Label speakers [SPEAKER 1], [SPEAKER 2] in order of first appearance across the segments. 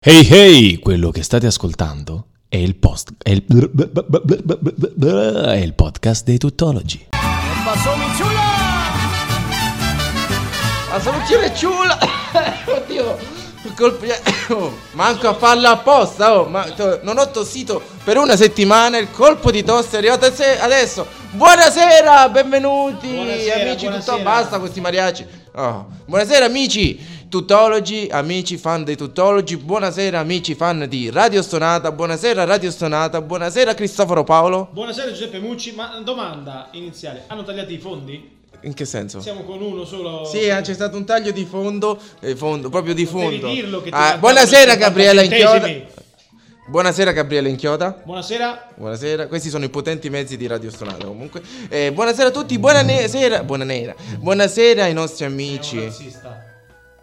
[SPEAKER 1] Hey hey, quello che state ascoltando è il, post, è il, è il podcast dei tuttologi.
[SPEAKER 2] Ma sono ciula ciula! Oddio! Colpi... oh, manco a farla apposta, oh, ma to- non ho tossito per una settimana, il colpo di tosse è arrivato a se- adesso. Buonasera, benvenuti
[SPEAKER 3] Buonasera,
[SPEAKER 2] amici, tutto
[SPEAKER 3] buonasera.
[SPEAKER 2] basta questi mariachi. Oh, Buonasera amici, tutologi, amici fan dei tutologi, buonasera amici fan di Radio Stonata, buonasera Radio Stonata, buonasera Cristoforo Paolo.
[SPEAKER 3] Buonasera Giuseppe Mucci, ma domanda iniziale, hanno tagliato i fondi?
[SPEAKER 2] In che senso?
[SPEAKER 3] Siamo con uno solo...
[SPEAKER 2] Sì, eh, c'è stato un taglio di fondo, eh, fondo proprio di
[SPEAKER 3] Potevi
[SPEAKER 2] fondo.
[SPEAKER 3] dirlo che ti
[SPEAKER 2] Ah,
[SPEAKER 3] mancavano
[SPEAKER 2] buonasera
[SPEAKER 3] 50
[SPEAKER 2] Gabriella Inchioda.
[SPEAKER 3] centesimi.
[SPEAKER 2] Buonasera Gabriella Inchioda.
[SPEAKER 3] Buonasera,
[SPEAKER 2] Buonasera, questi sono i potenti mezzi di Radio Stonata comunque. Eh, buonasera a tutti, buonasera, buonasera, buonasera ai nostri
[SPEAKER 3] è un
[SPEAKER 2] amici.
[SPEAKER 3] razzista.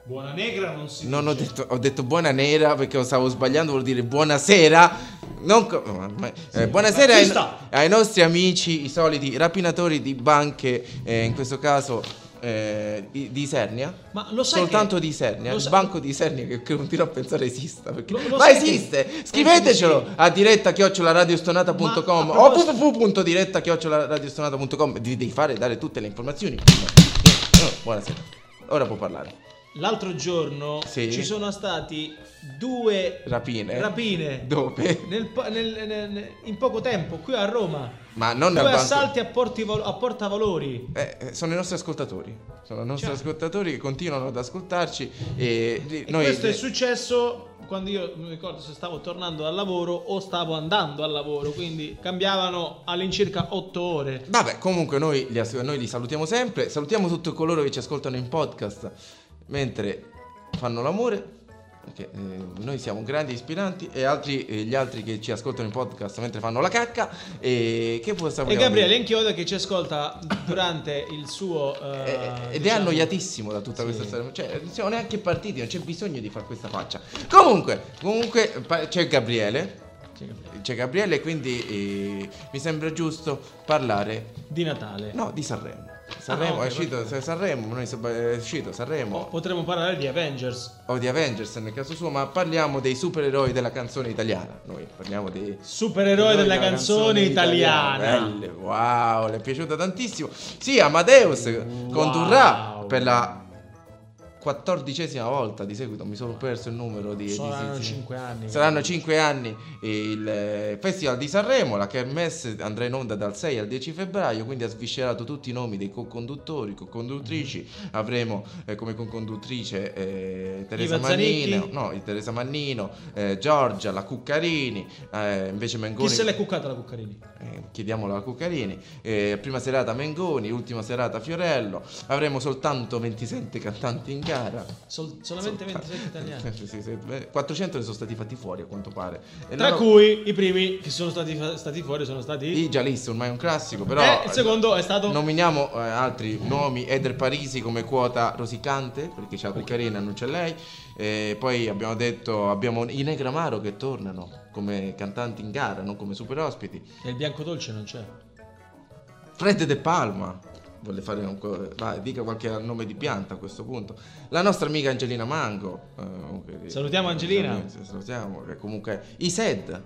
[SPEAKER 3] Buona negra non si
[SPEAKER 2] Non ho
[SPEAKER 3] dice.
[SPEAKER 2] detto, ho detto buona nera perché stavo sbagliando, vuol dire buonasera. Non co- no, ma- eh, buonasera ai,
[SPEAKER 3] razzista.
[SPEAKER 2] ai nostri amici, i soliti rapinatori di banche, eh, in questo caso eh, di, di Isernia.
[SPEAKER 3] Ma lo sai
[SPEAKER 2] Soltanto
[SPEAKER 3] che-
[SPEAKER 2] di Isernia,
[SPEAKER 3] lo
[SPEAKER 2] il
[SPEAKER 3] sa-
[SPEAKER 2] banco di Isernia che, che continuo a pensare esista. perché-
[SPEAKER 3] Lo- lo
[SPEAKER 2] ma
[SPEAKER 3] sai che-
[SPEAKER 2] esiste!
[SPEAKER 3] penso di
[SPEAKER 2] Scrivetecelo
[SPEAKER 3] sì.
[SPEAKER 2] a diretta chiocciolaradiostonata.com
[SPEAKER 3] Ma a
[SPEAKER 2] o
[SPEAKER 3] proposito-
[SPEAKER 2] www.diretta Devi devi fare dare tutte le informazioni. Buonasera. Ora può parlare.
[SPEAKER 3] L'altro giorno
[SPEAKER 2] Sì.
[SPEAKER 3] ci sono stati due
[SPEAKER 2] Rapine.
[SPEAKER 3] rapine
[SPEAKER 2] Dove?
[SPEAKER 3] nel po- nel- nel- nel- in poco tempo qui a Roma.
[SPEAKER 2] Ma non
[SPEAKER 3] Due
[SPEAKER 2] al banco.
[SPEAKER 3] assalti a, Portivalo- a Portavalori.
[SPEAKER 2] Eh, eh, sono i nostri ascoltatori. Sono i nostri
[SPEAKER 3] Cioè-
[SPEAKER 2] ascoltatori che continuano ad ascoltarci. E, di-
[SPEAKER 3] E
[SPEAKER 2] noi
[SPEAKER 3] questo è successo quando io non mi ricordo se stavo tornando al lavoro o stavo andando al lavoro, quindi cambiavano all'incirca 8 ore.
[SPEAKER 2] Vabbè, comunque noi li, as- noi li salutiamo sempre. Salutiamo tutti coloro che ci ascoltano in podcast mentre fanno l'amore. Perché eh, noi siamo grandi ispiranti e altri, eh, gli altri che ci ascoltano in podcast mentre fanno la cacca. E che possiamo
[SPEAKER 3] E
[SPEAKER 2] dire?
[SPEAKER 3] Gabriele Inchioda che ci ascolta durante il suo... eh,
[SPEAKER 2] Eh, ed è
[SPEAKER 3] diciamo-
[SPEAKER 2] annoiatissimo da tutta
[SPEAKER 3] Sì.
[SPEAKER 2] questa storia. Cioè, non siamo neanche partiti, non c'è bisogno di fare questa faccia. Comunque, comunque pa- c'è Gabriele.
[SPEAKER 3] Sì, Gabriele.
[SPEAKER 2] C'è Gabriele, quindi eh, mi sembra giusto parlare.
[SPEAKER 3] Di Natale.
[SPEAKER 2] No, di Sanremo.
[SPEAKER 3] Ah,
[SPEAKER 2] Sanremo
[SPEAKER 3] ok,
[SPEAKER 2] è uscito
[SPEAKER 3] perfetto.
[SPEAKER 2] Sanremo, noi so- eh, è uscito Sanremo
[SPEAKER 3] Po- Potremmo parlare di Avengers.
[SPEAKER 2] o di Avengers nel caso suo, ma parliamo dei supereroi della canzone italiana. Noi parliamo dei
[SPEAKER 3] Supereroe della canzone italiana.
[SPEAKER 2] Belle, wow, le è piaciuta tantissimo. Sì, Amadeus condurrà per la quattordicesima volta di seguito. Mi sono perso il numero di. di-
[SPEAKER 3] Saranno
[SPEAKER 2] di-
[SPEAKER 3] 5 anni.
[SPEAKER 2] Saranno 5 anni il eh, Festival di Sanremo, la Kermesse andrà in onda dal 6 al 10 febbraio, quindi ha sviscerato tutti i nomi dei co-conduttori, co-conduttrici, avremo eh, come co-conduttrice eh, Teresa
[SPEAKER 3] Iva Zanicchi?
[SPEAKER 2] Mannino, no, il Teresa Mannino, eh, Giorgia, la Cuccarini, eh, invece Mengoni...
[SPEAKER 3] Chi se l'è cuccata la Cuccarini?
[SPEAKER 2] Eh, chiediamolo a Cuccarini Eh, prima serata Mengoni ultima serata Fiorello avremo soltanto 27 cantanti in gara
[SPEAKER 3] Sol- solamente 27 italiani.
[SPEAKER 2] Sì, sì, sì. Beh, 400 ne sono stati fatti fuori a quanto pare E
[SPEAKER 3] Tra
[SPEAKER 2] loro-
[SPEAKER 3] cui i primi che sono stati, fa- stati fuori sono stati...
[SPEAKER 2] i già listi ormai è un classico però
[SPEAKER 3] Eh, il secondo è stato...
[SPEAKER 2] nominiamo eh, altri nomi Eder Parisi come quota rosicante perché c'è la Cuccarini non c'è lei Eh, poi abbiamo detto abbiamo i Negramaro che tornano come cantanti in gara non come super ospiti
[SPEAKER 3] E il bianco dolce non c'è.
[SPEAKER 2] Fred De Palma. Vuole fare un. co- Vai, dica qualche nome di pianta a questo punto. La nostra amica Angelina Mango. eh, comunque-
[SPEAKER 3] Salutiamo Angelina.
[SPEAKER 2] Sì, Salutiamo. Che comunque. I Sad.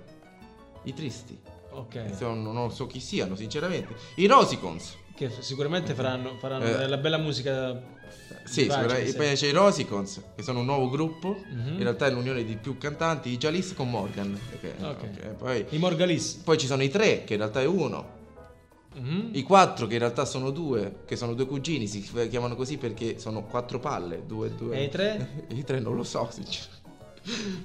[SPEAKER 2] I Tristi.
[SPEAKER 3] Ok.
[SPEAKER 2] Sono- non so chi siano, sinceramente. I Rosicons.
[SPEAKER 3] Che sicuramente faranno, faranno
[SPEAKER 2] Eh.
[SPEAKER 3] della bella musica.
[SPEAKER 2] Sì,
[SPEAKER 3] Vai,
[SPEAKER 2] sicuramente.
[SPEAKER 3] sì.
[SPEAKER 2] Poi c'è i Rosicons, che sono un nuovo gruppo.
[SPEAKER 3] Mhm.
[SPEAKER 2] In realtà è l'unione di più cantanti. I Jalis con Morgan. perché-
[SPEAKER 3] Ok.
[SPEAKER 2] ok, Poi,
[SPEAKER 3] I Morgalis.
[SPEAKER 2] poi ci sono i tre, che in realtà è uno.
[SPEAKER 3] Mhm.
[SPEAKER 2] I quattro che in realtà sono due, che sono due cugini, si chiamano così perché sono quattro palle, due e due.
[SPEAKER 3] E i tre?
[SPEAKER 2] I tre non lo so, sinceramente.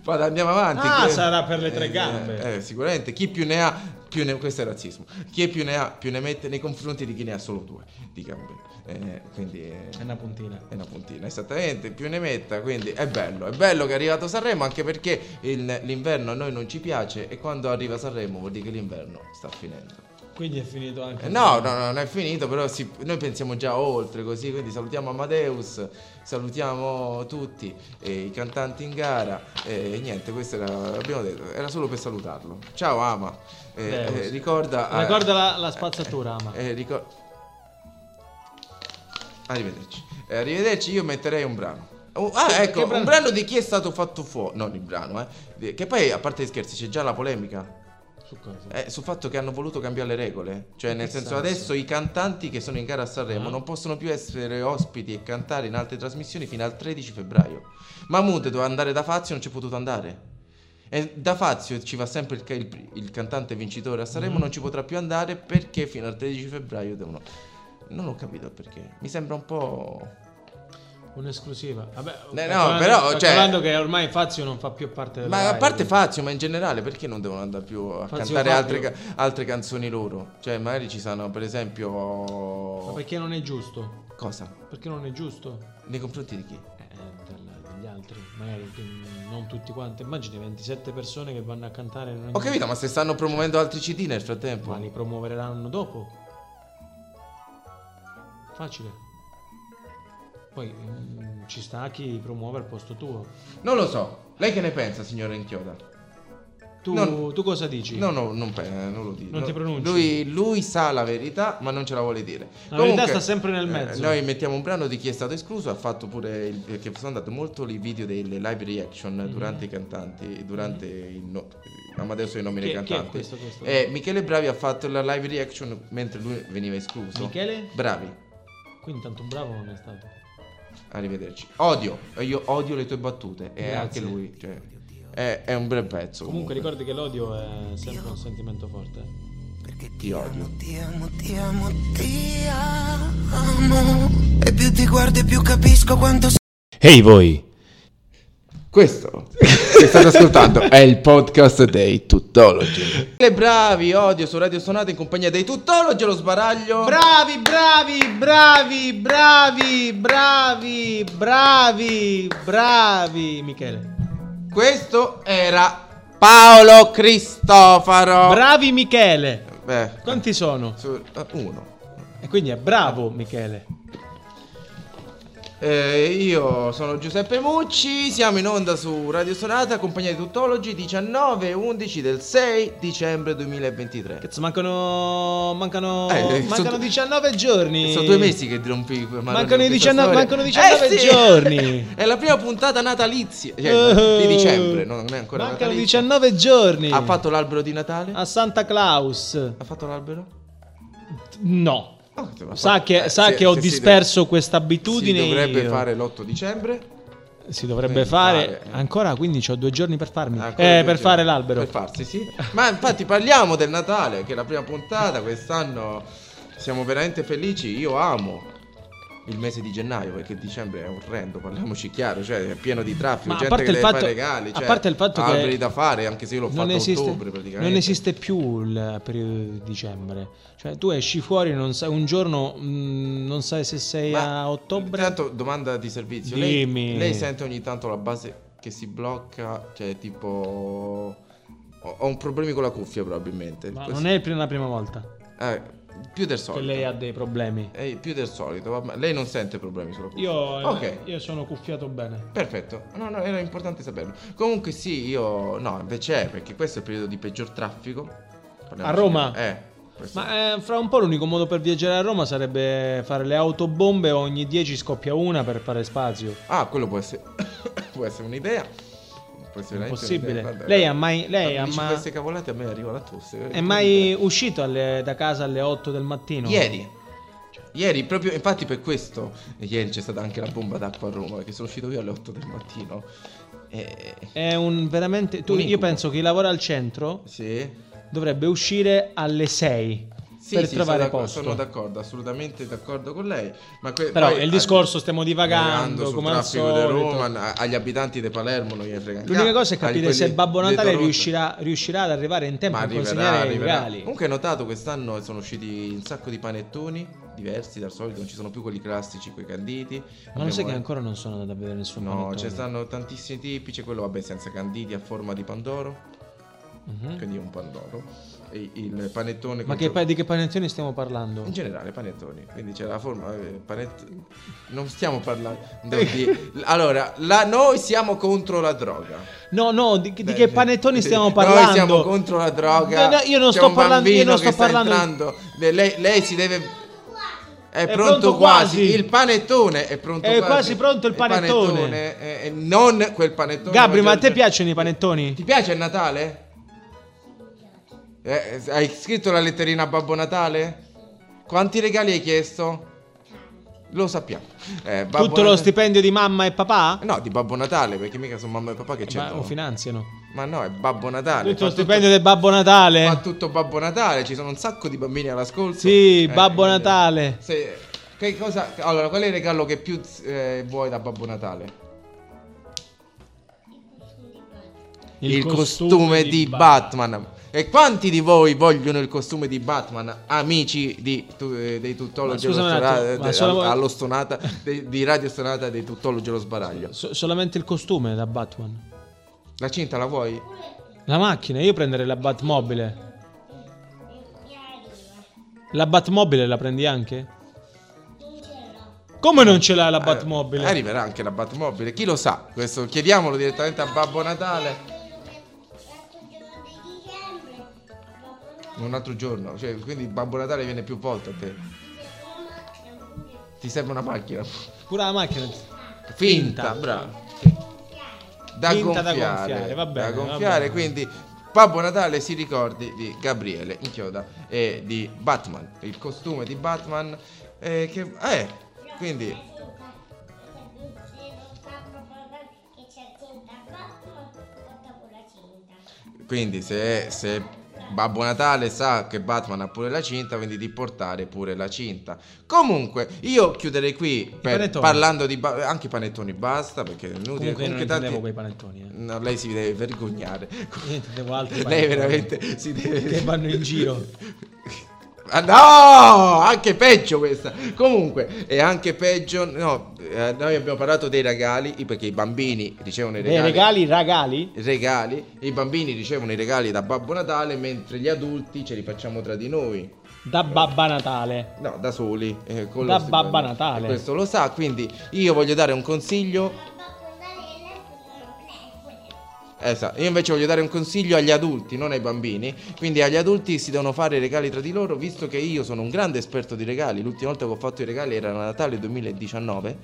[SPEAKER 2] Ma andiamo avanti.
[SPEAKER 3] Ah,
[SPEAKER 2] che-
[SPEAKER 3] sarà per le tre
[SPEAKER 2] eh,
[SPEAKER 3] gambe.
[SPEAKER 2] eh, sicuramente. Chi più ne ha, più ne... questo è razzismo. Chi più ne ha, più ne mette nei confronti di chi ne ha solo due di gambe. Eh, quindi... eh,
[SPEAKER 3] È una puntina.
[SPEAKER 2] è una puntina, esattamente, più ne metta, quindi è bello, è bello che è arrivato Sanremo anche perché il- l'inverno a noi non ci piace e quando arriva Sanremo vuol dire che l'inverno sta finendo.
[SPEAKER 3] Quindi è finito anche.
[SPEAKER 2] Eh, No, no, no, non è finito, però si- noi pensiamo già oltre così, quindi salutiamo Amadeus, salutiamo tutti eh, i cantanti in gara e niente, questo era, abbiamo detto, era solo per salutarlo. Ciao Ama, Eh,
[SPEAKER 3] Amadeus.
[SPEAKER 2] eh, ricorda... eh,
[SPEAKER 3] Ricorda la, la spazzatura, ma.
[SPEAKER 2] eh, ricor- Arrivederci. Eh, arrivederci, io metterei un brano. Oh, ah,
[SPEAKER 3] Che-
[SPEAKER 2] ecco,
[SPEAKER 3] che brano?
[SPEAKER 2] un brano di chi è stato fatto fuori. Non il brano, eh. Di- Che poi, a parte gli scherzi, c'è già la polemica.
[SPEAKER 3] Su cosa?
[SPEAKER 2] eh, sul fatto che hanno voluto cambiare le regole. Cioè, nel
[SPEAKER 3] Che
[SPEAKER 2] senso,
[SPEAKER 3] senso?
[SPEAKER 2] adesso i cantanti che sono in gara a Sanremo
[SPEAKER 3] Ah.
[SPEAKER 2] non possono più essere ospiti e cantare in altre trasmissioni fino al 13 febbraio. Mahmood doveva andare da Fazio, non c'è potuto andare. E da Fazio ci va sempre il, ca- il pri- il cantante vincitore a Sanremo,
[SPEAKER 3] Mhm.
[SPEAKER 2] non ci potrà più andare perché fino al 13 febbraio devono. Non ho capito perché. Mi sembra un po'.
[SPEAKER 3] Un'esclusiva. Vabbè,
[SPEAKER 2] Eh, no,
[SPEAKER 3] calcolando-
[SPEAKER 2] però, cioè-
[SPEAKER 3] calcolando che ormai Fazio non fa più parte del
[SPEAKER 2] Ma a
[SPEAKER 3] Rai,
[SPEAKER 2] parte
[SPEAKER 3] quindi-
[SPEAKER 2] Fazio, ma in generale perché non devono andare più a
[SPEAKER 3] Fazio
[SPEAKER 2] cantare altre,
[SPEAKER 3] Fabio.
[SPEAKER 2] ca- altre canzoni loro? Cioè, magari ci sono, per
[SPEAKER 3] Ma
[SPEAKER 2] esempio.
[SPEAKER 3] perché non è giusto?
[SPEAKER 2] Cosa?
[SPEAKER 3] Perché non è giusto?
[SPEAKER 2] Nei confronti di chi?
[SPEAKER 3] Eh, del- degli altri, magari mm, non tutti quanti. Immagini 27 persone che vanno a cantare. in ogni-
[SPEAKER 2] Ho capito, ma se stanno promuovendo altri CD nel frattempo.
[SPEAKER 3] Ma li promuoveranno dopo. Facile. Poi mm, ci sta chi promuove al posto tuo.
[SPEAKER 2] Non lo so. Lei che ne pensa, signora Inchioda?
[SPEAKER 3] Tu,
[SPEAKER 2] Non-
[SPEAKER 3] tu cosa dici?
[SPEAKER 2] No, no, non, pe- eh, non lo dico.
[SPEAKER 3] Non ti pronunci?
[SPEAKER 2] Lui, lui sa la verità, ma non ce la vuole dire. eh,
[SPEAKER 3] La verità sta sempre nel mezzo.
[SPEAKER 2] noi mettiamo un brano di chi è stato escluso. Ha fatto pure. Il, perché sono andato molto i video delle live reaction
[SPEAKER 3] Mm-hmm.
[SPEAKER 2] durante i cantanti. Durante il. No, Amadeus è il nome
[SPEAKER 3] Chi-
[SPEAKER 2] dei
[SPEAKER 3] chi è
[SPEAKER 2] cantanti.
[SPEAKER 3] questo, questo?
[SPEAKER 2] Eh, Michele Bravi ha fatto la live reaction mentre lui veniva escluso.
[SPEAKER 3] Michele?
[SPEAKER 2] Bravi.
[SPEAKER 3] Quindi tanto bravo non è stato.
[SPEAKER 2] Arrivederci. Odio, io odio le tue battute. E
[SPEAKER 3] Grazie.
[SPEAKER 2] anche lui. cioè, è, è un bel pezzo.
[SPEAKER 3] Comunque
[SPEAKER 2] Comunque,
[SPEAKER 3] ricordi che l'odio è sempre un sentimento forte.
[SPEAKER 4] Perché
[SPEAKER 2] Ti odio.
[SPEAKER 4] ti amo, ti amo, ti amo. E più ti guardo e più capisco quanto
[SPEAKER 1] Ehi voi!
[SPEAKER 2] Questo che state ascoltando è il podcast dei tuttologi. Le bravi, odio su Radio Sonata in compagnia dei tuttologi e lo sbaraglio.
[SPEAKER 3] Bravi, bravi, bravi, bravi, bravi, bravi, bravi, Michele.
[SPEAKER 2] Questo era Paolo Cristofaro.
[SPEAKER 3] Bravi Michele.
[SPEAKER 2] Beh,
[SPEAKER 3] Quanti sono?
[SPEAKER 2] su- eh, uno.
[SPEAKER 3] E quindi è bravo Michele.
[SPEAKER 2] Eh, io sono Giuseppe Mucci, siamo in onda su Radio Sonata, compagnia dei tuttologi 19 e 11 del 6 dicembre 2023.
[SPEAKER 3] Cazzo, mancano mancano
[SPEAKER 2] Eh, eh,
[SPEAKER 3] mancano
[SPEAKER 2] sono-
[SPEAKER 3] 19 giorni.
[SPEAKER 2] Sono due mesi che rompi quel marrone
[SPEAKER 3] Mancano i
[SPEAKER 2] in questa
[SPEAKER 3] 19
[SPEAKER 2] storia. Eh,
[SPEAKER 3] mancano 19 giorni.
[SPEAKER 2] È la prima puntata natalizia cioè,
[SPEAKER 3] Eh,
[SPEAKER 2] di dicembre, no, non è ancora
[SPEAKER 3] Mancano Ah,
[SPEAKER 2] natalizia.
[SPEAKER 3] 19 giorni.
[SPEAKER 2] Ha fatto l'albero di Natale?
[SPEAKER 3] a Santa Claus.
[SPEAKER 2] Ha fatto l'albero?
[SPEAKER 3] No.
[SPEAKER 2] Ah, se l'ha
[SPEAKER 3] Sa
[SPEAKER 2] fatto.
[SPEAKER 3] che,
[SPEAKER 2] Eh,
[SPEAKER 3] sa
[SPEAKER 2] se-
[SPEAKER 3] che ho
[SPEAKER 2] se si
[SPEAKER 3] disperso questa
[SPEAKER 2] deve-
[SPEAKER 3] abitudine.
[SPEAKER 2] Si dovrebbe
[SPEAKER 3] io.
[SPEAKER 2] fare l'8 dicembre.
[SPEAKER 3] Si dovrebbe
[SPEAKER 2] Eh,
[SPEAKER 3] fare,
[SPEAKER 2] fare, eh. Ah,
[SPEAKER 3] ancora, quindi ho due giorni per farmi.
[SPEAKER 2] Ancora
[SPEAKER 3] Eh,
[SPEAKER 2] due
[SPEAKER 3] per
[SPEAKER 2] giorni.
[SPEAKER 3] fare l'albero.
[SPEAKER 2] Per farsi, sì. Ma infatti parliamo del Natale, che è la prima puntata. Quest'anno siamo veramente felici. Io amo il mese di gennaio, perché dicembre è orrendo, parliamoci chiaro, cioè è pieno di traffico,
[SPEAKER 3] Ma a
[SPEAKER 2] gente
[SPEAKER 3] parte
[SPEAKER 2] che
[SPEAKER 3] il
[SPEAKER 2] deve
[SPEAKER 3] fatto-
[SPEAKER 2] fare regali,
[SPEAKER 3] a
[SPEAKER 2] cioè,
[SPEAKER 3] parte il fatto che
[SPEAKER 2] alberi da fare, anche se io l'ho fatto
[SPEAKER 3] non
[SPEAKER 2] a
[SPEAKER 3] esiste,
[SPEAKER 2] ottobre praticamente.
[SPEAKER 3] non esiste più il periodo di dicembre. Cioè, tu esci fuori, non sai, un giorno mh, non sai se sei
[SPEAKER 2] Ma
[SPEAKER 3] a ottobre.
[SPEAKER 2] Intanto domanda di servizio.
[SPEAKER 3] Dimmi.
[SPEAKER 2] Lei, lei sente ogni tanto la base che si blocca, cioè tipo ho, ho un problemi con la cuffia probabilmente.
[SPEAKER 3] Ma
[SPEAKER 2] Così-
[SPEAKER 3] non è la prima volta
[SPEAKER 2] Eh, più del solito.
[SPEAKER 3] che lei ha dei problemi.
[SPEAKER 2] Eh, più del solito, vabbè. lei non sente problemi sulla cuffia.
[SPEAKER 3] Io, eh,
[SPEAKER 2] Ok.
[SPEAKER 3] io sono cuffiato bene.
[SPEAKER 2] Perfetto, no, no, era importante saperlo. Comunque sì, io... No, invece è perché questo è il periodo di peggior traffico. Parliamoci
[SPEAKER 3] A Roma?
[SPEAKER 2] di- Eh. questo-
[SPEAKER 3] Ma eh, fra un po' l'unico modo per viaggiare a Roma sarebbe fare le autobombe ogni 10 scoppia una per fare spazio.
[SPEAKER 2] Ah, quello può essere... può essere un'idea. Può essere veramente un'idea,
[SPEAKER 3] Impossibile.
[SPEAKER 2] guarda.
[SPEAKER 3] Lei ha mai... Lei
[SPEAKER 2] Ma
[SPEAKER 3] ha
[SPEAKER 2] mi dici
[SPEAKER 3] ma-
[SPEAKER 2] queste cavolate a me arriva la tosse. eh,
[SPEAKER 3] È mai uscito alle- da casa alle 8 del mattino?
[SPEAKER 2] Ieri. Ieri, proprio, infatti per questo, ieri c'è stata anche la bomba d'acqua a Roma, che sono uscito io alle 8 del mattino. Eh, E...
[SPEAKER 3] È un veramente. tu-
[SPEAKER 2] Un
[SPEAKER 3] io
[SPEAKER 2] incubo.
[SPEAKER 3] penso che chi lavora al centro
[SPEAKER 2] Sì.
[SPEAKER 3] dovrebbe uscire alle 6
[SPEAKER 2] Sì,
[SPEAKER 3] per
[SPEAKER 2] sì,
[SPEAKER 3] trovare
[SPEAKER 2] sono d'accordo,
[SPEAKER 3] posto.
[SPEAKER 2] sono d'accordo, assolutamente d'accordo con lei. Ma que-
[SPEAKER 3] Però
[SPEAKER 2] poi-
[SPEAKER 3] il discorso
[SPEAKER 2] ah,
[SPEAKER 3] stiamo divagando,
[SPEAKER 2] sul
[SPEAKER 3] come al
[SPEAKER 2] traffico di
[SPEAKER 3] solito.
[SPEAKER 2] Roma, a- agli abitanti di Palermo non gli frega niente.
[SPEAKER 3] L'unica cosa è
[SPEAKER 2] Agli
[SPEAKER 3] capire
[SPEAKER 2] quelli
[SPEAKER 3] se Babbo
[SPEAKER 2] di
[SPEAKER 3] Natale
[SPEAKER 2] Toronto.
[SPEAKER 3] riuscirà, riuscirà ad arrivare in tempo
[SPEAKER 2] Ma
[SPEAKER 3] a
[SPEAKER 2] arriverà,
[SPEAKER 3] consegnare i
[SPEAKER 2] arriverà.
[SPEAKER 3] regali.
[SPEAKER 2] Comunque, hai notato quest'anno sono usciti un sacco di panettoni diversi dal solito, non ci sono più quelli classici, quei canditi.
[SPEAKER 3] Ma non sai
[SPEAKER 2] Abbiamo-
[SPEAKER 3] che ancora non sono andato a vedere nessun
[SPEAKER 2] eh. No,
[SPEAKER 3] panettone?
[SPEAKER 2] ci stanno tantissimi tipi, c'è quello vabbè senza canditi a forma di pandoro,
[SPEAKER 3] Mhm.
[SPEAKER 2] quindi è un pandoro, e il panettone
[SPEAKER 3] Ma
[SPEAKER 2] con
[SPEAKER 3] che
[SPEAKER 2] gio-
[SPEAKER 3] pa- di che panettoni stiamo parlando?
[SPEAKER 2] in generale panettoni, quindi c'è la forma eh, panet- non stiamo parlando di
[SPEAKER 3] Eh.
[SPEAKER 2] Allora, la- noi siamo contro la droga.
[SPEAKER 3] No, no, di, di
[SPEAKER 2] Beh,
[SPEAKER 3] che
[SPEAKER 2] sì.
[SPEAKER 3] panettoni stiamo
[SPEAKER 2] Noi
[SPEAKER 3] parlando?
[SPEAKER 2] siamo contro la droga.
[SPEAKER 3] No, no, io non
[SPEAKER 2] C'è
[SPEAKER 3] sto
[SPEAKER 2] un
[SPEAKER 3] parlando- io
[SPEAKER 2] bambino
[SPEAKER 3] non sto
[SPEAKER 2] che sta
[SPEAKER 3] parlando-
[SPEAKER 2] entrando. Beh, Lei, lei si deve È pronto quasi. Il panettone è pronto
[SPEAKER 3] È
[SPEAKER 2] quasi.
[SPEAKER 3] quasi pronto il panettone.
[SPEAKER 2] eh, eh, non quel panettone.
[SPEAKER 3] Gabri, ma a te
[SPEAKER 2] mangiato-
[SPEAKER 3] piacciono i panettoni?
[SPEAKER 2] Ti piace il Natale? Eh, hai scritto la letterina a Babbo Natale? Quanti regali hai chiesto? Lo sappiamo. Eh, Babbo
[SPEAKER 3] Tutto lo
[SPEAKER 2] Natale-
[SPEAKER 3] stipendio di mamma e papà?
[SPEAKER 2] No, di Babbo Natale, perché mica sono mamma e papà che c'entrano.
[SPEAKER 3] Ma lo finanziano.
[SPEAKER 2] Ma no, è Babbo Natale.
[SPEAKER 3] Tutto
[SPEAKER 2] fa
[SPEAKER 3] lo stipendio del Babbo
[SPEAKER 2] Fa
[SPEAKER 3] Natale.
[SPEAKER 2] tutto Babbo Natale, ci sono un sacco di bambini all'ascolto.
[SPEAKER 3] Sì,
[SPEAKER 2] Eh,
[SPEAKER 3] Babbo
[SPEAKER 2] quindi-
[SPEAKER 3] Natale.
[SPEAKER 2] Se- che cosa- allora, qual è il regalo che più eh, vuoi da Babbo Natale? il, costume, di Batman. E quanti di voi vogliono il costume di Batman? Amici di tu- eh, dei tuttologi
[SPEAKER 3] Ma
[SPEAKER 2] allo,
[SPEAKER 3] scusami un attimo,
[SPEAKER 2] stonata-
[SPEAKER 3] ma
[SPEAKER 2] de-
[SPEAKER 3] solo-
[SPEAKER 2] al- allo stonata dei- di Radio Stonata dei tuttologi allo sbaraglio.
[SPEAKER 3] So- solamente il costume da Batman.
[SPEAKER 2] La cinta la vuoi?
[SPEAKER 3] La macchina, io prenderei la Batmobile. La Batmobile la prendi anche? Come non ce l'ha la
[SPEAKER 2] Eh,
[SPEAKER 3] Batmobile?
[SPEAKER 2] arriverà anche la Batmobile, chi lo sa? Questo chiediamolo direttamente a Babbo Natale. Un altro giorno, cioè, quindi Babbo Natale viene più volte a te. Ti serve una macchina?
[SPEAKER 3] Pure la macchina.
[SPEAKER 2] Finta, bravo. Da
[SPEAKER 3] Finta da
[SPEAKER 2] gonfiare,
[SPEAKER 3] gonfiare, va bene,
[SPEAKER 2] da
[SPEAKER 3] va
[SPEAKER 2] gonfiare,
[SPEAKER 3] bene.
[SPEAKER 2] quindi Babbo Natale si ricordi di Gabriele Inchioda e di Batman, il costume di Batman eh, che eh, quindi Quindi se, se Babbo Natale sa che Batman ha pure la cinta, quindi di portare pure la cinta. Comunque, io chiuderei qui per-
[SPEAKER 3] panettoni.
[SPEAKER 2] parlando di... ba- anche i panettoni basta, perché è inutile.
[SPEAKER 3] Comunque, io non intendevo
[SPEAKER 2] tanti-
[SPEAKER 3] quei panettoni. Eh.
[SPEAKER 2] No, lei si deve vergognare.
[SPEAKER 3] Io intendevo altri
[SPEAKER 2] Lei
[SPEAKER 3] panettoni.
[SPEAKER 2] veramente si deve...
[SPEAKER 3] Che vanno in giro.
[SPEAKER 2] Ah, no, anche peggio questa. Comunque, è anche peggio. No, eh, noi abbiamo parlato dei regali perché i bambini ricevono i
[SPEAKER 3] Dei regali, ragali?
[SPEAKER 2] regali, i bambini ricevono i regali da Babbo Natale mentre gli adulti ce li facciamo tra di noi,
[SPEAKER 3] Da Babba Natale.
[SPEAKER 2] no, da soli. eh, con lo
[SPEAKER 3] Da
[SPEAKER 2] stipendio.
[SPEAKER 3] Babba Natale.
[SPEAKER 2] E questo lo sa, quindi io voglio dare un consiglio. Esatto, io invece voglio dare un consiglio agli adulti, non ai bambini. Quindi agli adulti si devono fare i regali tra di loro, visto che io sono un grande esperto di regali. L'ultima volta che ho fatto i regali era a Natale 2019.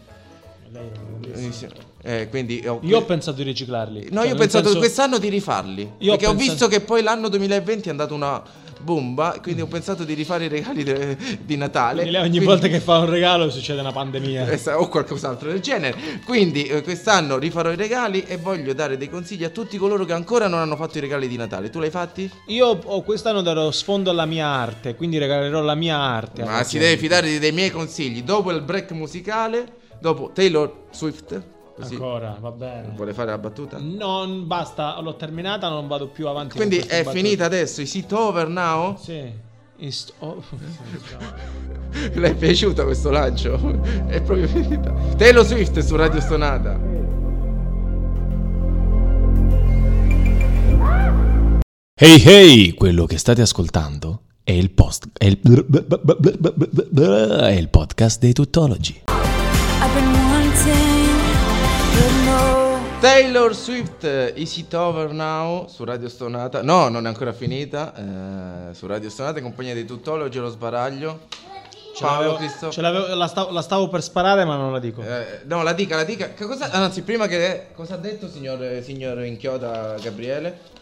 [SPEAKER 2] Eh, quindi ho-
[SPEAKER 3] Io ho pensato di riciclarli. Cioè,
[SPEAKER 2] No, io ho
[SPEAKER 3] nel
[SPEAKER 2] pensato
[SPEAKER 3] senso-
[SPEAKER 2] quest'anno di rifarli.
[SPEAKER 3] Io ho
[SPEAKER 2] perché ho
[SPEAKER 3] pensato-
[SPEAKER 2] visto che poi l'anno 2020 è andata una bomba, quindi ho pensato di rifare i regali de- di Natale.
[SPEAKER 3] Quindi lei ogni
[SPEAKER 2] Quindi-
[SPEAKER 3] volta che fa un regalo succede una pandemia.
[SPEAKER 2] eh, o qualcos'altro del genere. Quindi eh, quest'anno rifarò i regali e voglio dare dei consigli a tutti coloro che ancora non hanno fatto i regali di Natale. Tu l'hai fatti?
[SPEAKER 3] Io ho- quest'anno darò sfondo alla mia arte, quindi regalerò la mia arte.
[SPEAKER 2] Ma
[SPEAKER 3] alla
[SPEAKER 2] si
[SPEAKER 3] gente.
[SPEAKER 2] deve fidare dei miei consigli. Dopo il break musicale, dopo Taylor Swift, così
[SPEAKER 3] Ancora, va bene.
[SPEAKER 2] vuole fare la battuta?
[SPEAKER 3] Non basta, l'ho terminata, non vado più avanti. con
[SPEAKER 2] Quindi
[SPEAKER 3] queste
[SPEAKER 2] è
[SPEAKER 3] battute.
[SPEAKER 2] finita adesso, is it over now?
[SPEAKER 3] Sì. Ist- oh.
[SPEAKER 2] Le è piaciuto questo lancio? È proprio finita. Taylor Swift su Radio Stonata.
[SPEAKER 1] Hey hey, quello che state ascoltando è il post è il, è il podcast dei tuttologi.
[SPEAKER 5] I've been wanting, but no.
[SPEAKER 2] Taylor Swift, eh, Is It Over Now su Radio Stonata. No, non è ancora finita. eh, su Radio Stonata in compagnia dei tuttologi e lo sbaraglio.
[SPEAKER 3] Ce
[SPEAKER 2] Paolo
[SPEAKER 3] l'avevo-
[SPEAKER 2] Cristo.
[SPEAKER 3] ce l'avevo- la, stavo, la stavo per sparare, ma non la dico.
[SPEAKER 2] Eh, no, la dica, la dica. Che cosa, anzi, prima che. Cosa ha detto signor, signor Inchioda Gabriele?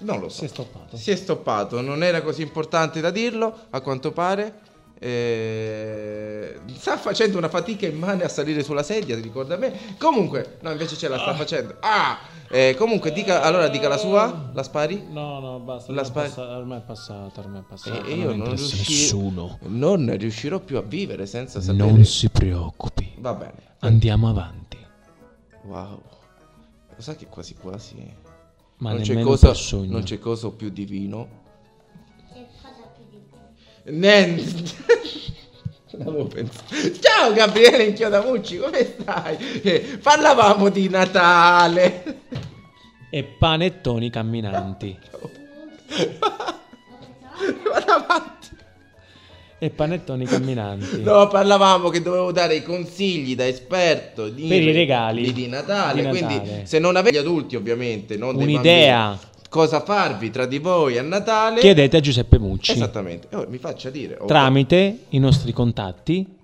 [SPEAKER 2] Non lo so.
[SPEAKER 3] Si è stoppato.
[SPEAKER 2] Si è stoppato, non era così importante da dirlo, a quanto pare. Eh, sta facendo una fatica immane a salire sulla sedia, ti ricorda me. Comunque, no, invece ce la sta facendo. Ah! Eh, comunque, dica, allora dica la sua, la spari.
[SPEAKER 3] No, no, basta. ormai
[SPEAKER 2] La
[SPEAKER 3] è
[SPEAKER 2] spa-
[SPEAKER 3] passa- ormai è passata, ormai è passata.
[SPEAKER 2] E io non
[SPEAKER 1] interessa
[SPEAKER 2] riuscirò,
[SPEAKER 1] nessuno.
[SPEAKER 2] non riuscirò più a vivere senza sapere.
[SPEAKER 1] Non si preoccupi,
[SPEAKER 2] Va bene.
[SPEAKER 1] andiamo avanti.
[SPEAKER 2] Wow. Lo sai che quasi quasi.
[SPEAKER 3] Ma
[SPEAKER 2] non, c'è
[SPEAKER 3] nemmeno
[SPEAKER 2] cosa,
[SPEAKER 3] per sogno.
[SPEAKER 2] non c'è cosa più divino. Niente. L'avevo pensato. Ciao Gabriele Inchiodamucci, come stai? Eh, parlavamo di Natale.
[SPEAKER 3] E panettoni camminanti.
[SPEAKER 2] Vado avanti.
[SPEAKER 3] e panettoni camminanti.
[SPEAKER 2] No, parlavamo che dovevo dare i consigli da esperto di,
[SPEAKER 3] Per i regali
[SPEAKER 2] di, di Natale.
[SPEAKER 3] di Natale.
[SPEAKER 2] Quindi, se non avete gli adulti, ovviamente, non dei
[SPEAKER 3] Un'idea.
[SPEAKER 2] bambini, cosa farvi tra di voi a Natale.
[SPEAKER 3] Chiedete a Giuseppe Mucci
[SPEAKER 2] Esattamente. E ora mi faccia dire. o-
[SPEAKER 3] tramite i nostri contatti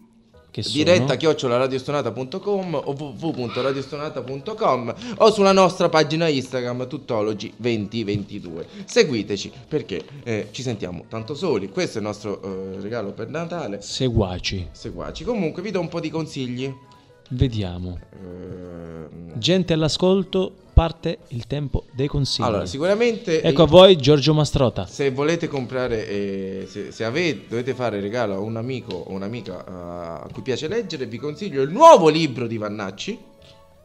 [SPEAKER 3] che
[SPEAKER 2] diretta
[SPEAKER 3] sono
[SPEAKER 2] chiocciolaradiostonata.com o www.radiostonata.com o sulla nostra pagina Instagram tuttologi 2022 seguiteci perché eh, ci sentiamo tanto soli questo è il nostro eh, regalo per Natale
[SPEAKER 3] seguaci.
[SPEAKER 2] seguaci comunque vi do un po' di consigli
[SPEAKER 3] Vediamo.
[SPEAKER 2] Ehm,
[SPEAKER 3] Gente all'ascolto, parte il tempo dei consigli.
[SPEAKER 2] allora sicuramente
[SPEAKER 3] ecco a
[SPEAKER 2] il-
[SPEAKER 3] voi Giorgio Mastrota.
[SPEAKER 2] se volete comprare, eh, se, se avete, dovete fare regalo a un amico o un'amica eh, a cui piace leggere, vi consiglio il nuovo libro di Vannacci.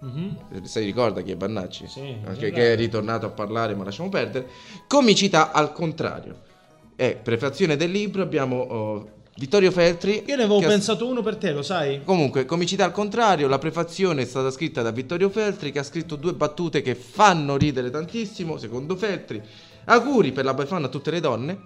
[SPEAKER 6] Mhm.
[SPEAKER 2] Si ricorda chi è Vannacci?
[SPEAKER 6] Sì,
[SPEAKER 2] Anche
[SPEAKER 6] esatto.
[SPEAKER 2] che è ritornato a parlare, ma lasciamo perdere. Comicità al contrario. E prefazione del libro abbiamo oh, Vittorio Feltri.
[SPEAKER 6] Io ne avevo
[SPEAKER 2] che ha-
[SPEAKER 6] pensato uno per te, lo sai?
[SPEAKER 2] Comunque, comicità al contrario, la prefazione è stata scritta da Vittorio Feltri che ha scritto due battute che fanno ridere tantissimo, secondo Feltri. Auguri per la Befana a tutte le donne.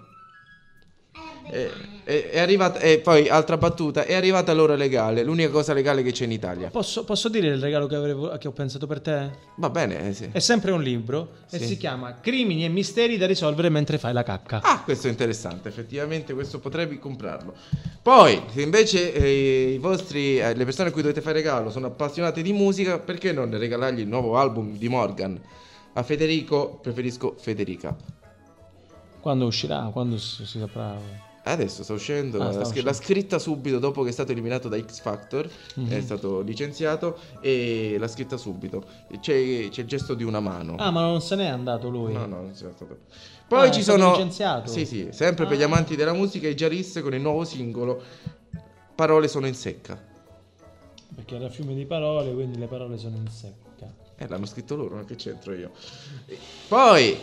[SPEAKER 2] E, e- è arrivata, e poi altra battuta, è arrivata l'ora legale, l'unica cosa legale che c'è in Italia.
[SPEAKER 6] Posso, posso dire il regalo che, avrei- che ho pensato per te?
[SPEAKER 2] Va bene, eh, sì.
[SPEAKER 6] È sempre un libro e
[SPEAKER 2] Sì.
[SPEAKER 6] si chiama Crimini e misteri da risolvere mentre fai la cacca.
[SPEAKER 2] Ah, questo è interessante, effettivamente questo potrei comprarlo. Poi, se invece eh, i vostri, eh, le persone a cui dovete fare regalo sono appassionate di musica, perché non regalargli il nuovo album di Morgan? A Federico preferisco Federica.
[SPEAKER 3] Quando uscirà? Quando si, si saprà?
[SPEAKER 2] Adesso sta uscendo,
[SPEAKER 3] Ah,
[SPEAKER 2] la-
[SPEAKER 3] sta
[SPEAKER 2] la, scri-
[SPEAKER 3] uscendo.
[SPEAKER 2] la scritta subito dopo che è stato eliminato da X Factor,
[SPEAKER 3] Mhm.
[SPEAKER 2] è stato licenziato e l'ha scritta subito. C'è, c'è il gesto di una mano.
[SPEAKER 6] Ah, ma non se n'è andato lui.
[SPEAKER 2] No, no, non c'è stato. Poi
[SPEAKER 6] Ah, è
[SPEAKER 2] ci
[SPEAKER 6] stato
[SPEAKER 2] sono.
[SPEAKER 6] licenziato?
[SPEAKER 2] Sì, sì, sempre per gli
[SPEAKER 6] Ah.
[SPEAKER 2] amanti della musica, i Jaris con il nuovo singolo Parole sono in secca.
[SPEAKER 6] Perché era fiume di parole, quindi le parole sono in secca.
[SPEAKER 2] Eh, l'hanno scritto loro, non che c'entro io. Poi.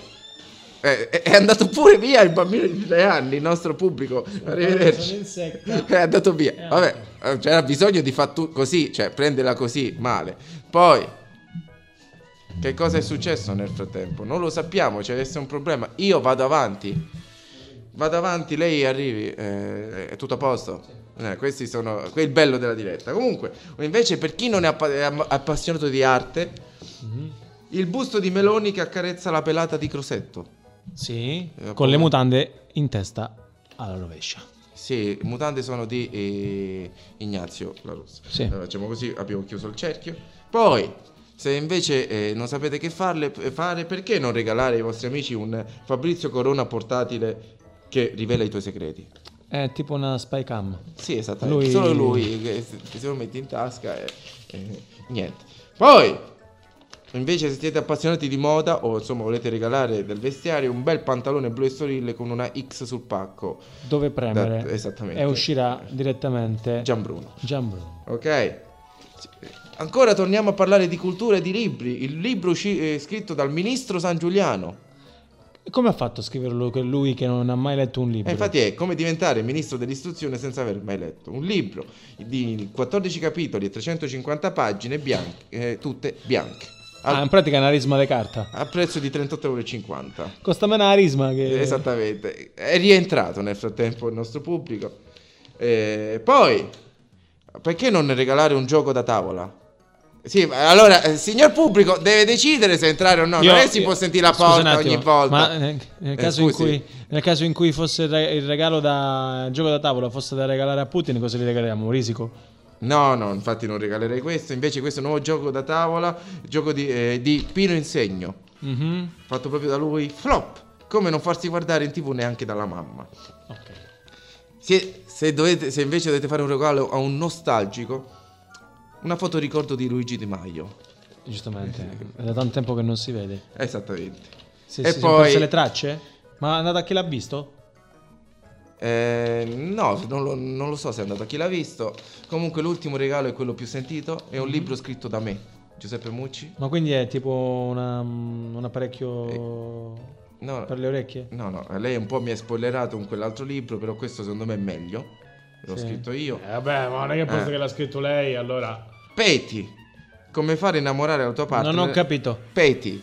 [SPEAKER 2] eh, È è andato pure via il bambino di tre anni, il nostro pubblico.
[SPEAKER 6] sono in
[SPEAKER 2] Arrivederci. Eh,
[SPEAKER 6] secca.
[SPEAKER 2] È andato via.
[SPEAKER 6] È
[SPEAKER 2] Vabbè, eh, c'era bisogno di fatto così, cioè prendela così, male. Poi, che cosa è successo nel frattempo? Non lo sappiamo, c'è adesso un problema. Io vado avanti. Vado avanti, lei arrivi, eh, è tutto a posto. Eh, questi sono quel bello della diretta. Comunque, invece, per chi non è, appa- è am- appassionato di arte, il busto di Meloni che accarezza la pelata di Crosetto.
[SPEAKER 3] Sì,
[SPEAKER 2] Eh,
[SPEAKER 3] con le
[SPEAKER 2] poi-
[SPEAKER 3] mutande in testa alla rovescia.
[SPEAKER 2] Sì, mutande sono di eh, Ignazio La Rossa.
[SPEAKER 3] Sì.
[SPEAKER 2] Allora, facciamo così, abbiamo chiuso il cerchio. Poi, se invece eh, non sapete che farle- fare, perché non regalare ai vostri amici un Fabrizio Corona portatile che rivela i tuoi segreti?
[SPEAKER 3] È tipo una spy cam.
[SPEAKER 2] Sì, esattamente.
[SPEAKER 3] Lui-
[SPEAKER 2] Solo lui che se se lo mette in tasca e, e niente. Poi, invece, se siete appassionati di moda o insomma volete regalare del vestiario, un bel pantalone blu e sorille con una X sul pacco.
[SPEAKER 3] Dove premere?
[SPEAKER 2] Da- Esatto, esattamente.
[SPEAKER 3] E uscirà direttamente
[SPEAKER 2] Gianbruno.
[SPEAKER 3] Gianbruno.
[SPEAKER 2] Ok. Sì. Ancora torniamo a parlare di cultura e di libri. Il libro usci- eh, scritto dal ministro San Giuliano.
[SPEAKER 3] E Come ha fatto a scriverlo che lui che non ha mai letto un libro?
[SPEAKER 2] E Eh, infatti è come diventare ministro dell'istruzione senza aver mai letto. Un libro di 14 capitoli e 350 pagine bianche, eh, tutte bianche. Al-
[SPEAKER 3] Ah, in pratica è una risma di carta.
[SPEAKER 2] a prezzo di 38,50 euro.
[SPEAKER 3] Costa meno la risma che...
[SPEAKER 2] Eh, Esatto. Esattamente. È rientrato nel frattempo il nostro pubblico. Eh, poi, perché non regalare un gioco da tavola? Sì, ma allora, eh, signor pubblico, deve decidere se entrare o no.
[SPEAKER 3] Io-
[SPEAKER 2] non è che si
[SPEAKER 3] io-
[SPEAKER 2] può sentire la
[SPEAKER 3] scusa un
[SPEAKER 2] porta
[SPEAKER 3] attimo,
[SPEAKER 2] ogni volta.
[SPEAKER 3] Ma nel, nel
[SPEAKER 2] Eh,
[SPEAKER 3] caso in
[SPEAKER 2] scusi.
[SPEAKER 3] cui, nel caso in cui fosse il re- il regalo da il gioco da tavola fosse da regalare a Putin, cosa gli regaliamo? Un risico?
[SPEAKER 2] No, no, infatti non regalerei questo. Invece questo è un nuovo gioco da tavola, gioco di, eh, di Pino Insegno,
[SPEAKER 3] Mhm.
[SPEAKER 2] fatto proprio da lui. Flop! Come non farsi guardare in tv neanche dalla mamma.
[SPEAKER 3] Ok.
[SPEAKER 2] Se, se dovete- se invece dovete fare un regalo a un nostalgico, una foto ricordo di Luigi Di Maio.
[SPEAKER 3] Giustamente, è da tanto tempo che non si vede.
[SPEAKER 2] Esattamente.
[SPEAKER 3] Se,
[SPEAKER 2] E
[SPEAKER 3] si sono
[SPEAKER 2] poi-
[SPEAKER 3] perse le tracce? Ma è andato a chi l'ha visto?
[SPEAKER 2] Eh, no, non lo, non lo so se è andato a chi l'ha visto. Comunque l'ultimo regalo è quello più sentito, è un
[SPEAKER 3] Mm-hmm.
[SPEAKER 2] libro scritto da me, Giuseppe Mucci.
[SPEAKER 3] Ma quindi è tipo una- mm, un apparecchio
[SPEAKER 2] Eh, No,
[SPEAKER 3] per le orecchie?
[SPEAKER 2] no, no, lei un po' mi ha spoilerato con quell'altro libro, però questo secondo me è meglio. L'ho
[SPEAKER 3] Sì.
[SPEAKER 2] scritto io.
[SPEAKER 6] Eh,
[SPEAKER 2] Eh.
[SPEAKER 6] vabbè, ma non è che
[SPEAKER 2] posto che
[SPEAKER 6] l'ha scritto lei, allora...
[SPEAKER 2] Peti, come fare innamorare la tua partner.
[SPEAKER 3] Non ho capito.
[SPEAKER 2] Peti,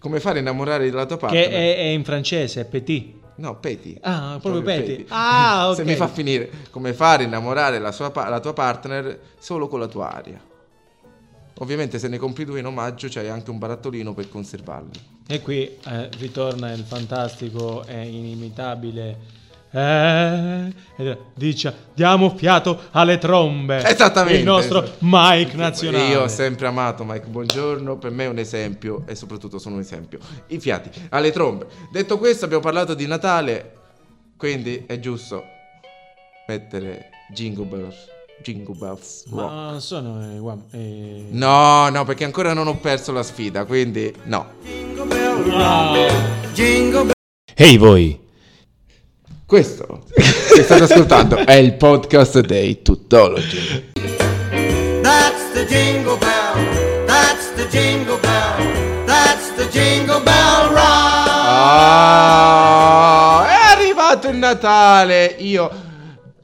[SPEAKER 2] come fare innamorare la tua
[SPEAKER 3] Che
[SPEAKER 2] partner.
[SPEAKER 3] è, è in francese, è petit.
[SPEAKER 2] No, Peti.
[SPEAKER 3] Ah, proprio Peti.
[SPEAKER 2] Peti.
[SPEAKER 3] Ah, ok.
[SPEAKER 2] Se mi fa finire, come fare innamorare la, sua pa- la tua partner solo con la tua aria. Ovviamente se ne compri due in omaggio c'hai anche un barattolino per conservarli.
[SPEAKER 3] E qui eh, ritorna il fantastico e inimitabile. eh, e dice diamo fiato alle trombe
[SPEAKER 2] Esattamente.
[SPEAKER 3] Eh, il nostro Mike nazionale
[SPEAKER 2] Io ho sempre amato Mike Buongiorno, per me è un esempio e soprattutto sono un esempio. I fiati alle trombe. Detto questo abbiamo parlato di Natale, quindi è giusto mettere Jingle Bells. Jingle Bells. Rock.
[SPEAKER 3] ma non sono eh, guam- eh,
[SPEAKER 2] No, no, perché ancora non ho perso la sfida, quindi no.
[SPEAKER 1] Ehi voi!
[SPEAKER 2] Questo che state ascoltando è il podcast dei Tutology.
[SPEAKER 4] That's the jingle bell. That's the jingle bell. That's the jingle bell rock.
[SPEAKER 2] Ah, è arrivato il Natale! Io...
[SPEAKER 3] è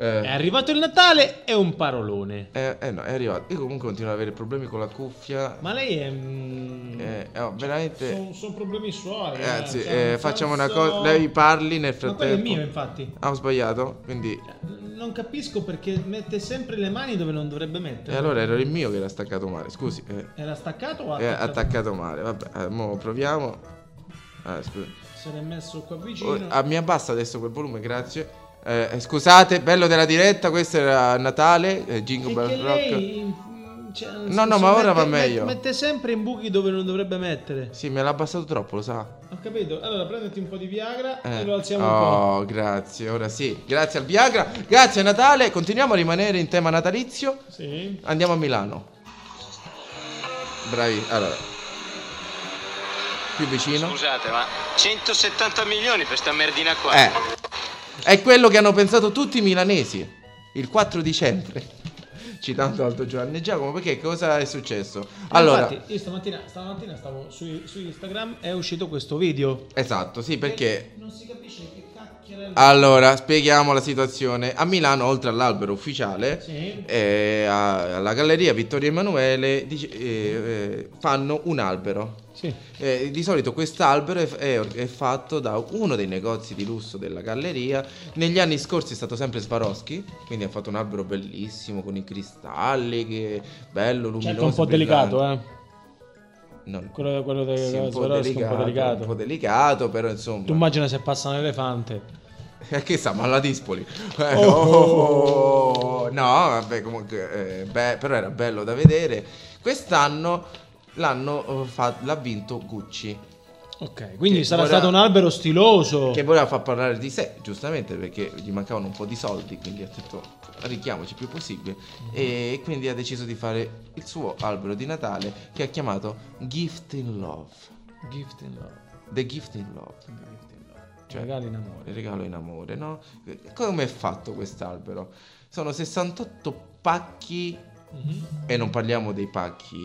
[SPEAKER 2] Eh,
[SPEAKER 3] arrivato il Natale è un parolone
[SPEAKER 2] eh, eh, no, è arrivato. Io comunque continuo ad avere problemi con la cuffia.
[SPEAKER 3] ma lei è mm,
[SPEAKER 2] Eh, oh, veramente...
[SPEAKER 6] Sono, sono problemi suoi.
[SPEAKER 2] Ragazzi,
[SPEAKER 6] eh,
[SPEAKER 2] eh,
[SPEAKER 6] sono-
[SPEAKER 2] facciamo
[SPEAKER 6] sono-
[SPEAKER 2] una cosa... Lei parli nel
[SPEAKER 6] Ma quello è mio,
[SPEAKER 2] frattempo.
[SPEAKER 6] infatti.
[SPEAKER 2] Ah, ho sbagliato, quindi...
[SPEAKER 6] Non capisco perché mette sempre le mani dove non dovrebbe
[SPEAKER 2] E
[SPEAKER 6] mettere.
[SPEAKER 2] eh, allora era il mio che era staccato male, scusi. eh,
[SPEAKER 6] Era staccato o
[SPEAKER 2] è
[SPEAKER 6] attaccato?
[SPEAKER 2] attaccato male, vabbè, eh, mo proviamo. Ah, scusa.
[SPEAKER 6] Se l'è messo qua vicino.
[SPEAKER 2] Oh, ah, mi abbassa adesso quel volume, grazie. Eh, scusate, bello della diretta, questo era Natale, eh, Jingle
[SPEAKER 6] È
[SPEAKER 2] Bell
[SPEAKER 6] che
[SPEAKER 2] Rock.
[SPEAKER 6] lei, mm, cioè, nel
[SPEAKER 2] No,
[SPEAKER 6] senso,
[SPEAKER 2] no, ma ora va
[SPEAKER 6] mette-
[SPEAKER 2] meglio.
[SPEAKER 6] Mette sempre in buchi dove non dovrebbe mettere.
[SPEAKER 2] Sì, me l'ha abbassato troppo, lo sa.
[SPEAKER 6] Ho capito. Allora prenditi un po' di Viagra
[SPEAKER 2] Eh.
[SPEAKER 6] e lo alziamo un po'.
[SPEAKER 2] oh, grazie, ora sì. Grazie al Viagra, grazie a Natale. Continuiamo a rimanere in tema natalizio.
[SPEAKER 6] Sì.
[SPEAKER 2] Andiamo a Milano. Bravi, allora. Più vicino.
[SPEAKER 7] Scusate, ma 170 milioni per sta merdina qua.
[SPEAKER 2] Eh. È quello che hanno pensato tutti i milanesi il 4 dicembre. Citando Aldo Giovanni e Giacomo, perché cosa è successo? Allora,
[SPEAKER 6] Infatti, io stamattina, stamattina stavo su, su Instagram è uscito questo video.
[SPEAKER 2] esatto, sì, perché Ah.
[SPEAKER 6] Non si capisce che cacchio
[SPEAKER 2] allora spieghiamo la situazione. A Milano, oltre all'albero ufficiale,
[SPEAKER 6] Sì.
[SPEAKER 2] eh, a- alla galleria Vittorio Emanuele dice- eh, eh, fanno un albero.
[SPEAKER 3] sì.
[SPEAKER 2] Eh, di solito quest'albero è, è- è fatto da uno dei negozi di lusso della galleria. Negli anni scorsi è stato sempre Swarovski, quindi ha fatto un albero bellissimo con i cristalli, che è bello, luminoso.
[SPEAKER 3] Cioè, anche un po' delicato eh
[SPEAKER 2] No,
[SPEAKER 3] quello, quello
[SPEAKER 2] sì,
[SPEAKER 3] dei-
[SPEAKER 2] un, po
[SPEAKER 3] Swarovski è
[SPEAKER 2] delicato,
[SPEAKER 3] un po' delicato
[SPEAKER 2] un po' delicato, però insomma.
[SPEAKER 3] tu immagina se passa un elefante
[SPEAKER 2] Eh, che sa, ma alla Dispoli. Eh,
[SPEAKER 3] Oh.
[SPEAKER 2] oh. No, vabbè, comunque, eh, beh, però era bello da vedere. Quest'anno l'hanno, eh, fa- l'ha vinto Gucci.
[SPEAKER 3] ok quindi
[SPEAKER 2] Che
[SPEAKER 3] sarà
[SPEAKER 2] ora-
[SPEAKER 3] stato un albero stiloso
[SPEAKER 2] Che voleva far parlare di sé, giustamente, perché gli mancavano un po' di soldi, quindi ha detto arricchiamoci il più possibile. E quindi ha deciso di fare il suo albero di Natale che ha chiamato Gift in Love.
[SPEAKER 3] gift in love
[SPEAKER 2] The Gift in Love. Cioè,
[SPEAKER 3] regali in amore
[SPEAKER 2] il regalo in amore, no? Come è fatto quest'albero? Sono 68 pacchi
[SPEAKER 3] Mhm.
[SPEAKER 2] e non parliamo dei pacchi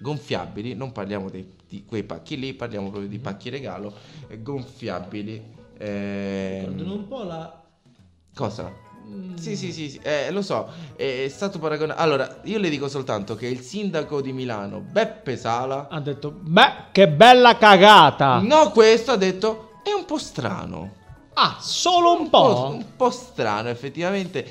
[SPEAKER 2] gonfiabili, non parliamo dei- di quei pacchi lì, parliamo proprio di pacchi regalo eh, gonfiabili. ehm,
[SPEAKER 6] Ricordano un po' la
[SPEAKER 2] Cosa?
[SPEAKER 3] Mm.
[SPEAKER 2] Sì, sì, sì, sì, eh, lo so, è stato paragonato. Allora, io le dico soltanto che il sindaco di Milano, Beppe Sala,
[SPEAKER 3] ha detto beh che bella cagata
[SPEAKER 2] no, questo ha detto è un po' strano.
[SPEAKER 3] ah solo un
[SPEAKER 2] po'-
[SPEAKER 3] po'
[SPEAKER 2] un po' strano, effettivamente.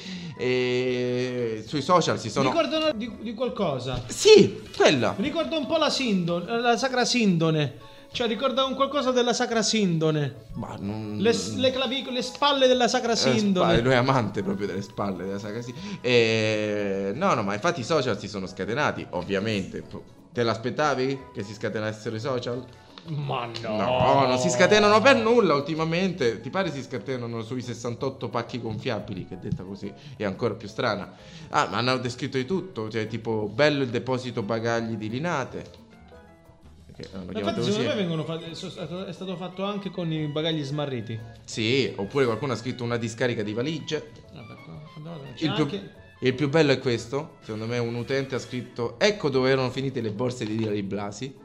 [SPEAKER 2] E sui social si sono.
[SPEAKER 6] Ricordano di, di qualcosa.
[SPEAKER 2] Sì, quella.
[SPEAKER 6] Mi ricorda un po' la Sindone, la Sacra Sindone. Cioè, ricorda un qualcosa della Sacra Sindone.
[SPEAKER 2] Ma non.
[SPEAKER 6] Le, le clavicole, le spalle della Sacra
[SPEAKER 2] Eh, spalle,
[SPEAKER 6] Sindone.
[SPEAKER 2] lui è amante proprio delle spalle della saga. Sì. E... No, no, ma infatti i social si sono scatenati, ovviamente. Te l'aspettavi che si scatenassero i social?
[SPEAKER 3] ma no
[SPEAKER 2] No, non si scatenano per nulla ultimamente. Ti pare si scatenano sui 68 pacchi gonfiabili? Che detta così è ancora più strana. Ah, ma hanno descritto di tutto. Cioè, tipo, bello il deposito bagagli di Linate. Perché l'hanno
[SPEAKER 6] Ma
[SPEAKER 2] chiamato
[SPEAKER 6] Infatti, secondo me
[SPEAKER 2] così.
[SPEAKER 6] vengono fatti- so- è stato fatto anche con i bagagli smarriti.
[SPEAKER 2] Sì, oppure qualcuno ha scritto una discarica di valigie.
[SPEAKER 6] Vabbè, qua- guardate, c'è
[SPEAKER 2] Il più,
[SPEAKER 6] anche-
[SPEAKER 2] il più bello è questo. Secondo me, un utente ha scritto: Ecco dove erano finite le borse di Di Blasi.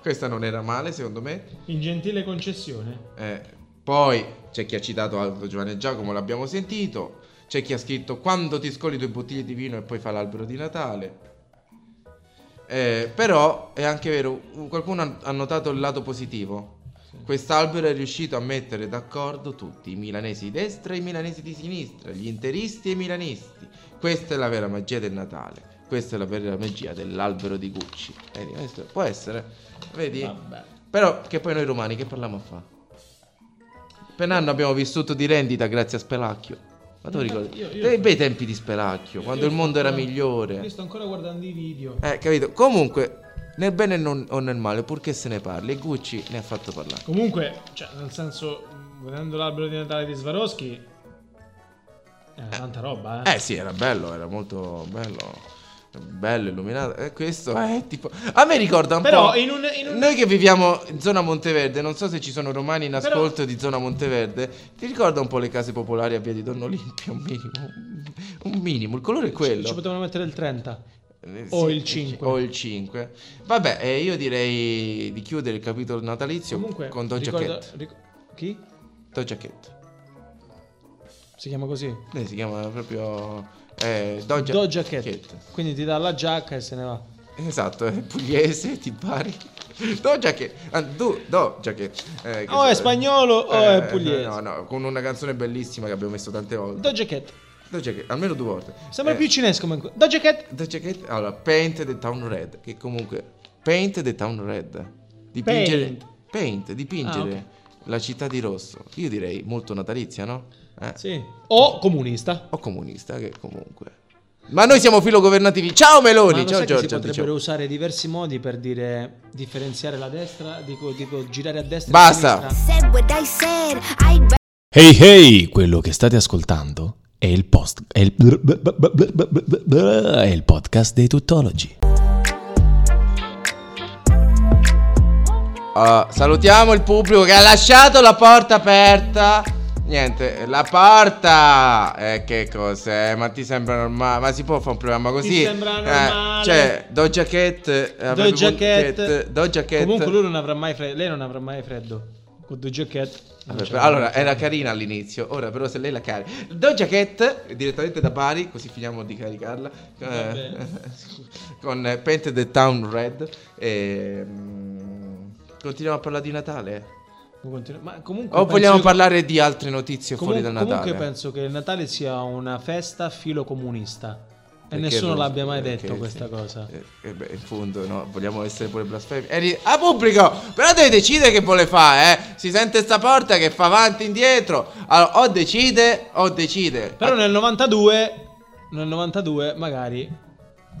[SPEAKER 2] Questa non era male, secondo me.
[SPEAKER 6] in gentile concessione.
[SPEAKER 2] Eh, poi c'è chi ha citato Aldo Giovanni e Giacomo, l'abbiamo sentito. C'è chi ha scritto quando ti scoli due bottiglie di vino e poi fa l'albero di Natale. Eh, però è anche vero, qualcuno ha- ha notato il lato positivo. Quest'albero è riuscito a mettere d'accordo tutti, i milanesi di destra e i milanesi di sinistra, gli interisti e i milanisti. Questa è la vera magia del Natale. Questa è la vera magia dell'albero di Gucci. Vedi, questo può essere. Vedi? Però che poi noi romani che parliamo a fa? Per un anno abbiamo vissuto di rendita grazie a Spelacchio. Ma tu ricordi?
[SPEAKER 6] io- io-
[SPEAKER 2] Dei bei tempi di Spelacchio, Cioè, quando
[SPEAKER 6] Io
[SPEAKER 2] il mondo era
[SPEAKER 6] sto-
[SPEAKER 2] migliore.
[SPEAKER 6] Io sto ancora guardando i video.
[SPEAKER 2] Eh, capito? Comunque, nel bene non- o nel male, purché se ne parli, e Gucci ne ha fatto parlare.
[SPEAKER 6] Comunque, cioè, nel senso, mh, vedendo l'albero di Natale di Swarovski, era tanta roba, eh.
[SPEAKER 2] Eh sì, era bello, era molto bello. Bello, illuminato. Eh, questo è tipo. A me ricorda un
[SPEAKER 6] Però
[SPEAKER 2] po'.
[SPEAKER 6] in un- in un-
[SPEAKER 2] Noi che viviamo in zona Monteverde, non so se ci sono romani in
[SPEAKER 6] Però-
[SPEAKER 2] ascolto di zona Monteverde. Ti ricorda un po' le case popolari a via di Don Olimpio? Un minimo. Un minimo, il colore è quello.
[SPEAKER 3] Ci potevano mettere il 30.
[SPEAKER 2] Eh,
[SPEAKER 3] O
[SPEAKER 2] sì,
[SPEAKER 3] il cinque.
[SPEAKER 2] O il 5. Vabbè, eh, io direi di chiudere il capitolo natalizio
[SPEAKER 3] Comunque,
[SPEAKER 2] con Don
[SPEAKER 3] ricordo-
[SPEAKER 2] Jacket.
[SPEAKER 3] ric- chi?
[SPEAKER 2] Don Jacket.
[SPEAKER 3] Si chiama così?
[SPEAKER 2] Lei Eh, si chiama proprio eh, Doja,
[SPEAKER 3] Do Jacket.
[SPEAKER 2] Cat.
[SPEAKER 3] Quindi ti dà la giacca e se ne va.
[SPEAKER 2] Esatto, è pugliese, ti pari. Doja Cat. Ah, Do, Doja Cat. Eh, che
[SPEAKER 3] O è
[SPEAKER 2] so-
[SPEAKER 3] spagnolo o è
[SPEAKER 2] eh,
[SPEAKER 3] pugliese.
[SPEAKER 2] No, no, con una canzone bellissima che abbiamo messo tante volte.
[SPEAKER 3] Do Jacket.
[SPEAKER 2] Doja Cat, almeno due volte.
[SPEAKER 3] Sembra
[SPEAKER 2] Eh,
[SPEAKER 3] più cinesco comunque. Do Jacket.
[SPEAKER 2] Doja Cat, allora, Paint the Town Red, che comunque... Paint the Town Red. Dipingere... Paint, dipingere
[SPEAKER 3] Ah,
[SPEAKER 2] la città di rosso. Io direi molto natalizia, no? Eh.
[SPEAKER 3] Sì. O comunista.
[SPEAKER 2] O comunista, che comunque... Ma noi siamo filogovernativi. Ciao Meloni,
[SPEAKER 3] Ma lo
[SPEAKER 2] ciao
[SPEAKER 3] sai che si
[SPEAKER 2] Giorgia.
[SPEAKER 3] potrebbero
[SPEAKER 2] diciamo.
[SPEAKER 3] usare diversi modi per dire differenziare la destra, dico, dico girare a destra
[SPEAKER 2] Basta.
[SPEAKER 3] e a sinistra.
[SPEAKER 8] Said what I said. I'd
[SPEAKER 1] Hey hey, quello che state ascoltando è il post è il, è il podcast dei tuttologi.
[SPEAKER 2] Ah, salutiamo il pubblico che ha lasciato la porta aperta. Niente, la porta. Eh, che cos'è? Ma ti sembra normale? Ma si può fare un programma così?
[SPEAKER 6] sembra
[SPEAKER 2] Eh,
[SPEAKER 6] normale?
[SPEAKER 2] cioè, Doja Cat. eh, avrebbe
[SPEAKER 3] Doja
[SPEAKER 2] potuto-
[SPEAKER 3] Cat.
[SPEAKER 2] Cat, Doja Cat.
[SPEAKER 3] Comunque lui non avrà mai freddo, lei non avrà mai freddo. Con Do Jacket. non
[SPEAKER 2] Vabbè,
[SPEAKER 3] c'è
[SPEAKER 2] però-
[SPEAKER 3] mai.
[SPEAKER 2] allora, era carina all'inizio, ora però se lei la carica... Doja Cat, direttamente da Bari, così finiamo di caricarla, eh, con eh, Paint the Town Red. e, mm, continuiamo a parlare di Natale?
[SPEAKER 3] Continu- Ma comunque
[SPEAKER 2] O
[SPEAKER 3] penso
[SPEAKER 2] vogliamo
[SPEAKER 3] che-
[SPEAKER 2] parlare di altre notizie
[SPEAKER 3] Comun-
[SPEAKER 2] fuori dal Natale?
[SPEAKER 3] Comunque penso che il Natale sia una festa filocomunista. E
[SPEAKER 2] Perché
[SPEAKER 3] nessuno
[SPEAKER 2] non-
[SPEAKER 3] l'abbia mai
[SPEAKER 2] perché,
[SPEAKER 3] detto questa
[SPEAKER 2] sì.
[SPEAKER 3] cosa.
[SPEAKER 2] Eh, eh, beh, in fondo, no, vogliamo essere pure blasfemi. Eh, ri- ah, pubblico! Però deve decidere che vuole fare, eh! Si sente sta porta che fa avanti e indietro. Allora, o decide, o decide.
[SPEAKER 3] Però nel 92, nel 92 magari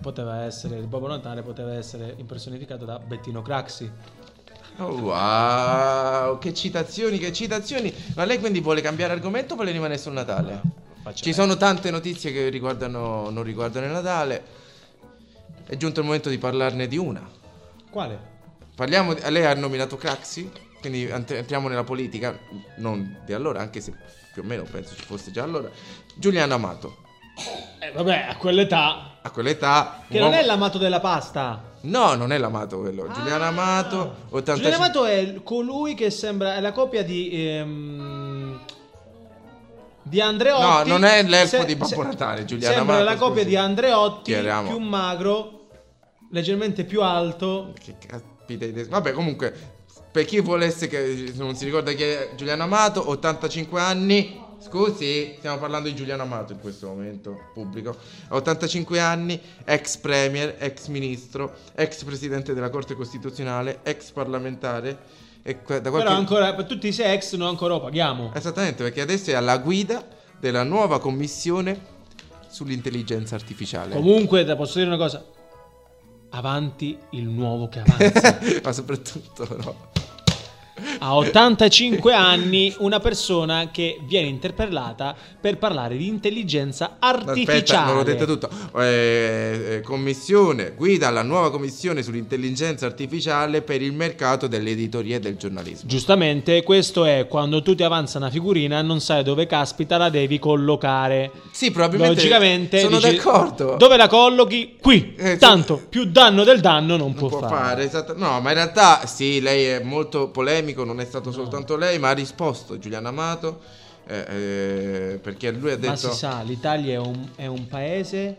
[SPEAKER 3] poteva essere il Babbo Natale poteva essere impersonificato da Bettino Craxi.
[SPEAKER 2] Oh, wow, che citazioni, che citazioni. Ma lei quindi vuole cambiare argomento o vuole rimanere sul Natale?
[SPEAKER 3] Faccia
[SPEAKER 2] Ci sono tante notizie che riguardano, non riguardano il Natale. È giunto il momento di parlarne di una.
[SPEAKER 3] Quale?
[SPEAKER 2] Parliamo di, lei ha nominato Craxi, quindi ant- entriamo nella politica, non di allora, anche se più o meno penso ci fosse già allora. Giuliano Amato.
[SPEAKER 3] Eh vabbè, a quell'età
[SPEAKER 2] A quell'età...
[SPEAKER 3] che
[SPEAKER 2] un
[SPEAKER 3] non è
[SPEAKER 2] uomo-
[SPEAKER 3] l'amato della pasta.
[SPEAKER 2] No, non è l'amato quello. Giuliano Amato, 85...
[SPEAKER 3] Ah, Giuliano Amato è il- colui che sembra è la copia di ehm, di Andreotti.
[SPEAKER 2] No, non è l'elfo di Babbo Natale, Giuliano
[SPEAKER 3] Sembra
[SPEAKER 2] Amato,
[SPEAKER 3] la copia
[SPEAKER 2] scusi.
[SPEAKER 3] di Andreotti,
[SPEAKER 2] Chiariamo.
[SPEAKER 3] più magro, leggermente più alto.
[SPEAKER 2] Che caspita di- Vabbè, comunque, per chi volesse che non si ricorda chi è Giuliano Amato, 85 anni. Scusi, stiamo parlando di Giuliano Amato in questo momento, pubblico. 85 anni, ex premier, ex ministro, ex presidente della Corte Costituzionale, ex parlamentare. E que- da qualche... Eh,
[SPEAKER 3] Però ancora per tutti i sex noi ancora lo paghiamo.
[SPEAKER 2] Esattamente, perché adesso è alla guida della nuova commissione sull'intelligenza artificiale.
[SPEAKER 3] Comunque, te posso dire una cosa. Avanti il nuovo che avanza.
[SPEAKER 2] Ma soprattutto no.
[SPEAKER 3] A 85 anni una persona che viene interpellata per parlare di intelligenza artificiale.
[SPEAKER 2] Aspetta, non ho detto tutto. Eh, eh, commissione, guida la nuova commissione sull'intelligenza artificiale per il mercato dell'editoria e del giornalismo.
[SPEAKER 3] Giustamente, questo è quando tu ti avanza una figurina e non sai dove caspita la devi collocare.
[SPEAKER 2] Sì, probabilmente
[SPEAKER 3] Logicamente
[SPEAKER 2] sono
[SPEAKER 3] dici,
[SPEAKER 2] d'accordo.
[SPEAKER 3] Dove la collochi? Qui.
[SPEAKER 2] Eh, sì.
[SPEAKER 3] Tanto più danno del danno non,
[SPEAKER 2] Non
[SPEAKER 3] può, fare.
[SPEAKER 2] esatta- no, ma in realtà sì, lei è molto polemico, non è stato soltanto lei, ma ha risposto Giuliano Amato eh, eh, perché lui ha
[SPEAKER 3] Ma
[SPEAKER 2] detto
[SPEAKER 3] si sa, l'Italia è un, è un paese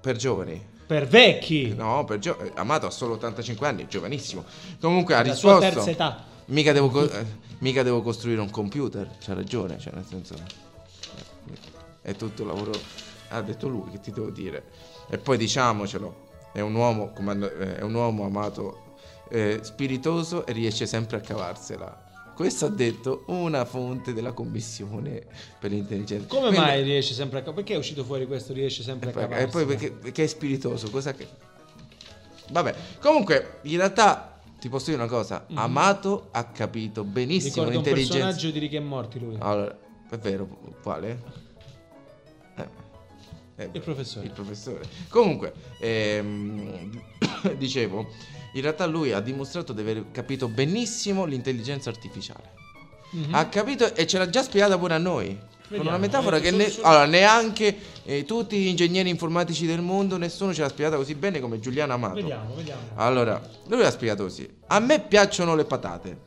[SPEAKER 2] per giovani.
[SPEAKER 3] per vecchi.
[SPEAKER 2] No, per gio- eh, Amato ha solo 85 anni, è giovanissimo. Comunque ha
[SPEAKER 3] La sua
[SPEAKER 2] risposto.
[SPEAKER 3] terza età.
[SPEAKER 2] Mica devo, co- eh, mica devo costruire un computer, c'ha ragione, cioè nel senso eh, è tutto lavoro, ha detto lui, che ti devo dire. E poi diciamocelo, è un uomo, come hanno- eh, è un uomo amato, eh, spiritoso e riesce sempre a cavarsela. Questo ha detto una fonte della commissione per l'intelligenza.
[SPEAKER 3] Come
[SPEAKER 2] Quindi-
[SPEAKER 3] mai riesce sempre a cavare? Perché è uscito fuori questo? Riesce sempre
[SPEAKER 2] E
[SPEAKER 3] a
[SPEAKER 2] poi,
[SPEAKER 3] cavare.
[SPEAKER 2] e poi perché, perché è spiritoso, cosa che... Vabbè, comunque, in realtà ti posso dire una cosa, Amato ha capito benissimo
[SPEAKER 3] Mm-hmm. Ricorda un
[SPEAKER 2] l'intelligenza.
[SPEAKER 3] personaggio di Rick e Morti lui.
[SPEAKER 2] Allora, è vero, quale? Eh, eh,
[SPEAKER 3] Il professore.
[SPEAKER 2] Il professore. Comunque, ehm, dicevo, in realtà lui ha dimostrato di aver capito benissimo l'intelligenza artificiale.
[SPEAKER 3] Mhm.
[SPEAKER 2] Ha capito e ce l'ha già spiegata pure a noi. con una
[SPEAKER 3] Eh,
[SPEAKER 2] metafora che ne- allora, neanche eh, tutti gli ingegneri informatici del mondo, nessuno ce l'ha spiegata così bene come Giuliano Amato.
[SPEAKER 3] Vediamo, vediamo.
[SPEAKER 2] Allora, lui ha spiegato così. A me piacciono le patate.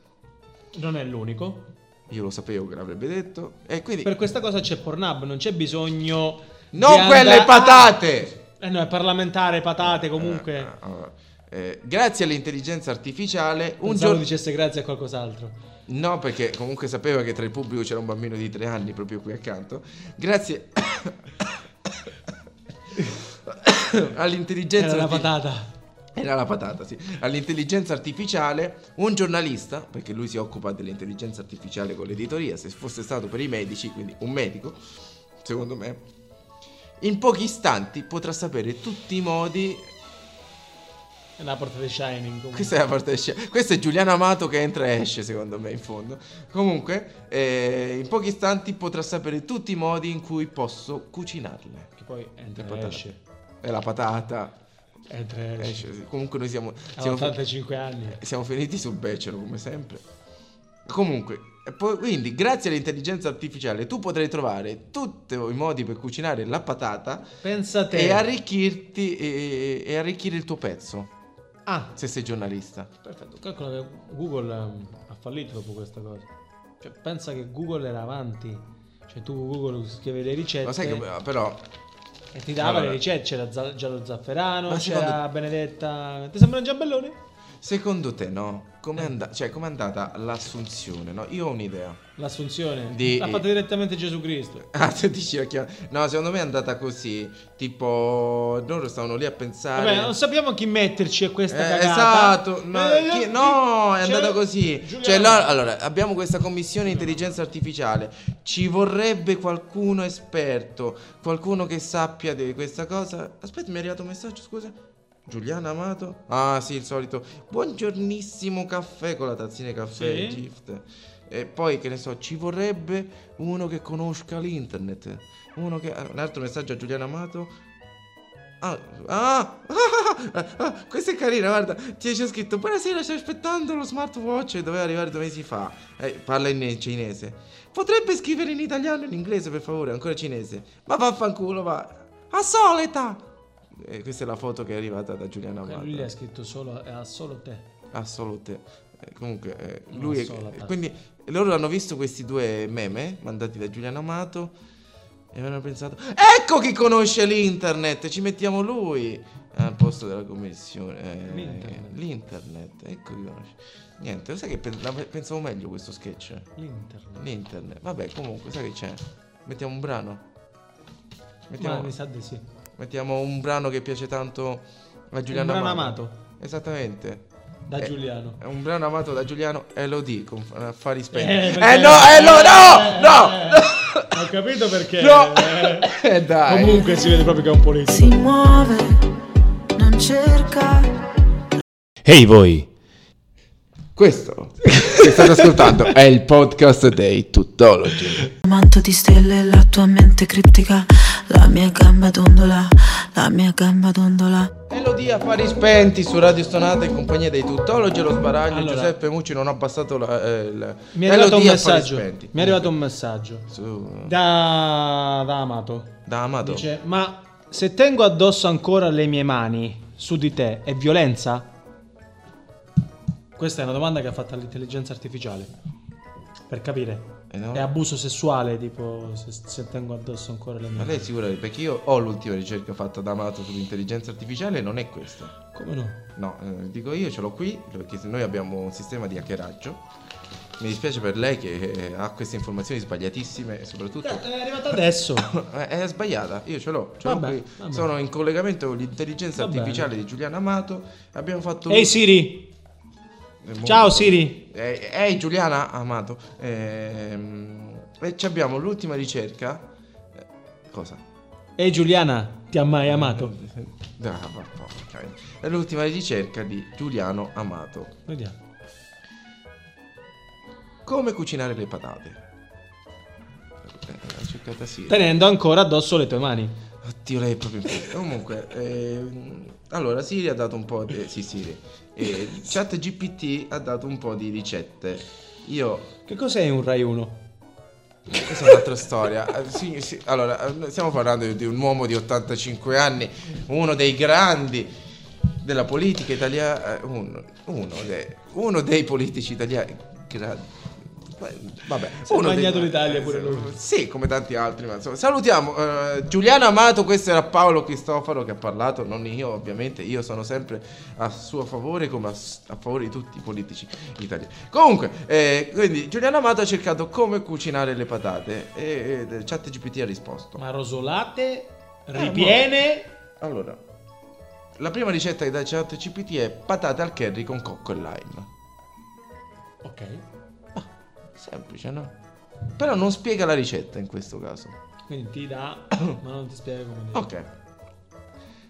[SPEAKER 3] Non è l'unico.
[SPEAKER 2] Io lo sapevo che l'avrebbe detto. E quindi...
[SPEAKER 3] Per questa cosa c'è Pornhub, non c'è bisogno.
[SPEAKER 2] Non
[SPEAKER 3] di
[SPEAKER 2] quelle
[SPEAKER 3] andare-
[SPEAKER 2] patate!
[SPEAKER 3] Ah! Eh no, è parlamentare, patate comunque.
[SPEAKER 2] Eh, allora, eh, grazie all'intelligenza artificiale, un
[SPEAKER 3] un giorno
[SPEAKER 2] giorno.
[SPEAKER 3] dicesse grazie a qualcos'altro.
[SPEAKER 2] No, perché comunque sapeva che tra il pubblico c'era un bambino di tre anni proprio qui accanto. Grazie. all'intelligenza
[SPEAKER 3] Era la
[SPEAKER 2] arti-
[SPEAKER 3] patata.
[SPEAKER 2] Era la patata, sì. All'intelligenza artificiale, un giornalista, perché lui si occupa dell'intelligenza artificiale con l'editoria, se fosse stato per i medici, quindi un medico, secondo me, in pochi istanti potrà sapere tutti i modi
[SPEAKER 3] È una porta di Shining comunque.
[SPEAKER 2] Questa è la parte scia- Questo è Giuliano Amato che entra e esce, secondo me, in fondo. Comunque, eh, in pochi istanti potrà sapere tutti i modi in cui posso cucinarle.
[SPEAKER 3] Che poi entra
[SPEAKER 2] Le
[SPEAKER 3] e
[SPEAKER 2] patate.
[SPEAKER 3] esce.
[SPEAKER 2] E la patata.
[SPEAKER 3] Entra e esce.
[SPEAKER 2] esce. Comunque noi siamo,
[SPEAKER 3] Ha
[SPEAKER 2] siamo,
[SPEAKER 3] 85 anni.
[SPEAKER 2] siamo finiti sul becero, come sempre. Comunque, e poi- quindi, grazie all'intelligenza artificiale, tu potrai trovare tutti i modi per cucinare la patata
[SPEAKER 3] Pensa te.
[SPEAKER 2] e arricchirti e- e arricchire il tuo pezzo,
[SPEAKER 3] Ah,
[SPEAKER 2] se sei giornalista.
[SPEAKER 3] perfetto. Calcola che Google ehm, ha fallito dopo questa cosa. Cioè, pensa che Google era avanti. Cioè, tu Google scrivevi le ricette
[SPEAKER 2] Ma sai che però
[SPEAKER 3] e ti dava
[SPEAKER 2] Allora.
[SPEAKER 3] le ricette. C'era za- già lo zafferano,
[SPEAKER 2] Ma
[SPEAKER 3] c'era
[SPEAKER 2] secondo-
[SPEAKER 3] Benedetta. Ti sembra un giambellone?
[SPEAKER 2] Secondo te, no?
[SPEAKER 3] Eh.
[SPEAKER 2] Com'è, and- cioè, com'è andata l'assunzione? No? Io ho un'idea.
[SPEAKER 3] L'assunzione.
[SPEAKER 2] Di-
[SPEAKER 3] L'ha fatta direttamente Gesù Cristo.
[SPEAKER 2] Ah, se dici la chiam- No, secondo me è andata così. Tipo, loro stavano lì a pensare.
[SPEAKER 3] Vabbè, non sappiamo chi metterci a questa
[SPEAKER 2] Eh,
[SPEAKER 3] cagata.
[SPEAKER 2] esatto, ma
[SPEAKER 3] Eh,
[SPEAKER 2] chi-
[SPEAKER 3] chi-
[SPEAKER 2] no, è
[SPEAKER 3] cioè,
[SPEAKER 2] andata così.
[SPEAKER 3] Giuliano-
[SPEAKER 2] Cioè, loro- allora, abbiamo questa commissione intelligenza artificiale. Ci vorrebbe qualcuno esperto, qualcuno che sappia di questa cosa. Aspetta, mi è arrivato un messaggio, scusa. Giuliana Amato? Ah, sì, il solito. Buongiornissimo caffè con la tazzina di caffè
[SPEAKER 3] Sì.
[SPEAKER 2] gift. E poi che ne so, ci vorrebbe uno che conosca l'internet. Uno che ah, un altro messaggio a Giuliana Amato. Ah, ah, ah, ah, questa è carina, guarda, ti c'è scritto Buonasera, sto aspettando lo smartwatch e doveva arrivare due mesi fa. Eh, parla in cinese. Potrebbe scrivere in italiano e in inglese, per favore, ancora cinese. Ma vaffanculo, va. A solita. Eh, questa è la foto che è arrivata da Giuliano
[SPEAKER 3] Eh,
[SPEAKER 2] Amato.
[SPEAKER 3] Lui le ha scritto solo, eh, ha solo te.
[SPEAKER 2] Assolute. Eh, Comunque, eh,
[SPEAKER 3] Non
[SPEAKER 2] lui è-
[SPEAKER 3] so la parte.
[SPEAKER 2] quindi loro hanno visto questi due meme mandati da Giuliano Amato e avevano pensato: Ecco chi conosce l'internet, ci mettiamo lui al posto della commissione. eh,
[SPEAKER 3] L'internet.
[SPEAKER 2] l'internet, ecco chi conosce. Niente, lo sai che pen- la- pensavo meglio questo sketch?
[SPEAKER 3] L'internet.
[SPEAKER 2] L'internet, vabbè, comunque, sai che c'è? Mettiamo un brano.
[SPEAKER 3] Ma
[SPEAKER 2] Mettiamo,
[SPEAKER 3] mi sa di sì.
[SPEAKER 2] mettiamo un brano che piace tanto a Giuliano
[SPEAKER 3] brano
[SPEAKER 2] Amato.
[SPEAKER 3] amato.
[SPEAKER 2] Esattamente.
[SPEAKER 3] Da
[SPEAKER 2] Eh,
[SPEAKER 3] Giuliano.
[SPEAKER 2] È un brano amato da Giuliano Elodie con f- affari spenti.
[SPEAKER 3] Eh,
[SPEAKER 2] Eh,
[SPEAKER 3] perché-
[SPEAKER 2] no, eh, no, no,
[SPEAKER 3] Eh,
[SPEAKER 2] no,
[SPEAKER 3] Ho capito perché.
[SPEAKER 2] no.
[SPEAKER 3] eh.
[SPEAKER 2] Eh, dai.
[SPEAKER 3] Comunque si vede proprio che è un politico.
[SPEAKER 5] si muove, non cerca.
[SPEAKER 1] Ehi voi!
[SPEAKER 2] Questo che state ascoltando è il podcast dei Tutology.
[SPEAKER 5] Manto di stelle, la tua mente criptica, la mia gamba dondola, la mia gamba dondola.
[SPEAKER 2] Elodie affari spenti su Radio Stonata in compagnia dei Tutology e lo sbaraglio.
[SPEAKER 3] Allora.
[SPEAKER 2] Giuseppe Mucci non ha abbassato la, eh, il-
[SPEAKER 3] Mi è arrivato un
[SPEAKER 2] Elodie Affari
[SPEAKER 3] messaggio.
[SPEAKER 2] Spenti.
[SPEAKER 3] Mi è arrivato un messaggio.
[SPEAKER 2] Su,
[SPEAKER 3] Da, da Amato.
[SPEAKER 2] da Amato.
[SPEAKER 3] Dice, ma se tengo addosso ancora le mie mani su di te, è violenza? Questa è una domanda che ha fatto all'intelligenza artificiale. Per capire.
[SPEAKER 2] Eh, no?
[SPEAKER 3] È abuso sessuale, tipo, se, se tengo addosso ancora le mie
[SPEAKER 2] Ma
[SPEAKER 3] mani.
[SPEAKER 2] lei è sicura? Perché io ho l'ultima ricerca fatta da Amato sull'intelligenza artificiale e non è questa.
[SPEAKER 3] Come no?
[SPEAKER 2] No, eh, dico io ce l'ho qui perché se noi abbiamo un sistema di hackeraggio Mi dispiace per lei che eh, ha queste informazioni sbagliatissime e soprattutto
[SPEAKER 3] Cazzo, È arrivata adesso.
[SPEAKER 2] Eh, è sbagliata, io ce l'ho. ce l'ho
[SPEAKER 3] Certo. Vabbè,
[SPEAKER 2] qui.
[SPEAKER 3] vabbè.
[SPEAKER 2] Sono in collegamento con l'intelligenza
[SPEAKER 3] Va bene.
[SPEAKER 2] artificiale di Giuliano Amato. Abbiamo fatto.
[SPEAKER 3] Ehi Siri,
[SPEAKER 2] Eh, mo-
[SPEAKER 3] ciao Siri.
[SPEAKER 2] Eh, ehi, Giuliana Amato. Ehm, e ci abbiamo l'ultima ricerca. Eh, Cosa?
[SPEAKER 3] Ehi Giuliana, ti ha mai amato?
[SPEAKER 2] Ah, ma porca miseria. È l'ultima ricerca di Giuliano Amato.
[SPEAKER 3] Vediamo.
[SPEAKER 2] Come cucinare le patate? Eh, l'ha cercata sì.
[SPEAKER 3] Tenendo ancora addosso le tue mani.
[SPEAKER 2] Oddio, lei è proprio in fretta. Comunque, ehm, allora Siri ha dato un po' di. Sì, Siri. Eh, Chat GPT ha dato un po' di ricette. Io.
[SPEAKER 3] Che cos'è un Rai 1?
[SPEAKER 2] Questa è un'altra storia. Eh, sì, sì, allora, eh, stiamo parlando di un uomo di 85 anni, uno dei grandi della politica italiana. Uno, uno de- uno dei politici italiani. gra- beh, Vabbè,
[SPEAKER 3] Si è
[SPEAKER 2] uno dei- Eh,
[SPEAKER 3] bagnato l'Italia pure lui.
[SPEAKER 2] Sì, come tanti altri. Ma insomma, salutiamo eh, Giuliano Amato. Questo era Paolo Cristoforo che ha parlato. Non io, ovviamente. Io sono sempre a suo favore, come a, s- a favore di tutti i politici italiani. Comunque, eh, quindi Giuliano Amato ha cercato come cucinare le patate. E, e ChatGPT ha risposto.
[SPEAKER 3] Ma rosolate, ripiene.
[SPEAKER 2] Allora, la prima ricetta che dà ChatGPT è patate al curry con cocco e lime.
[SPEAKER 3] Ok.
[SPEAKER 2] Semplice, no? Però non spiega la ricetta in questo caso.
[SPEAKER 3] Quindi ti dà, ma non ti spiega come dire.
[SPEAKER 2] Ok.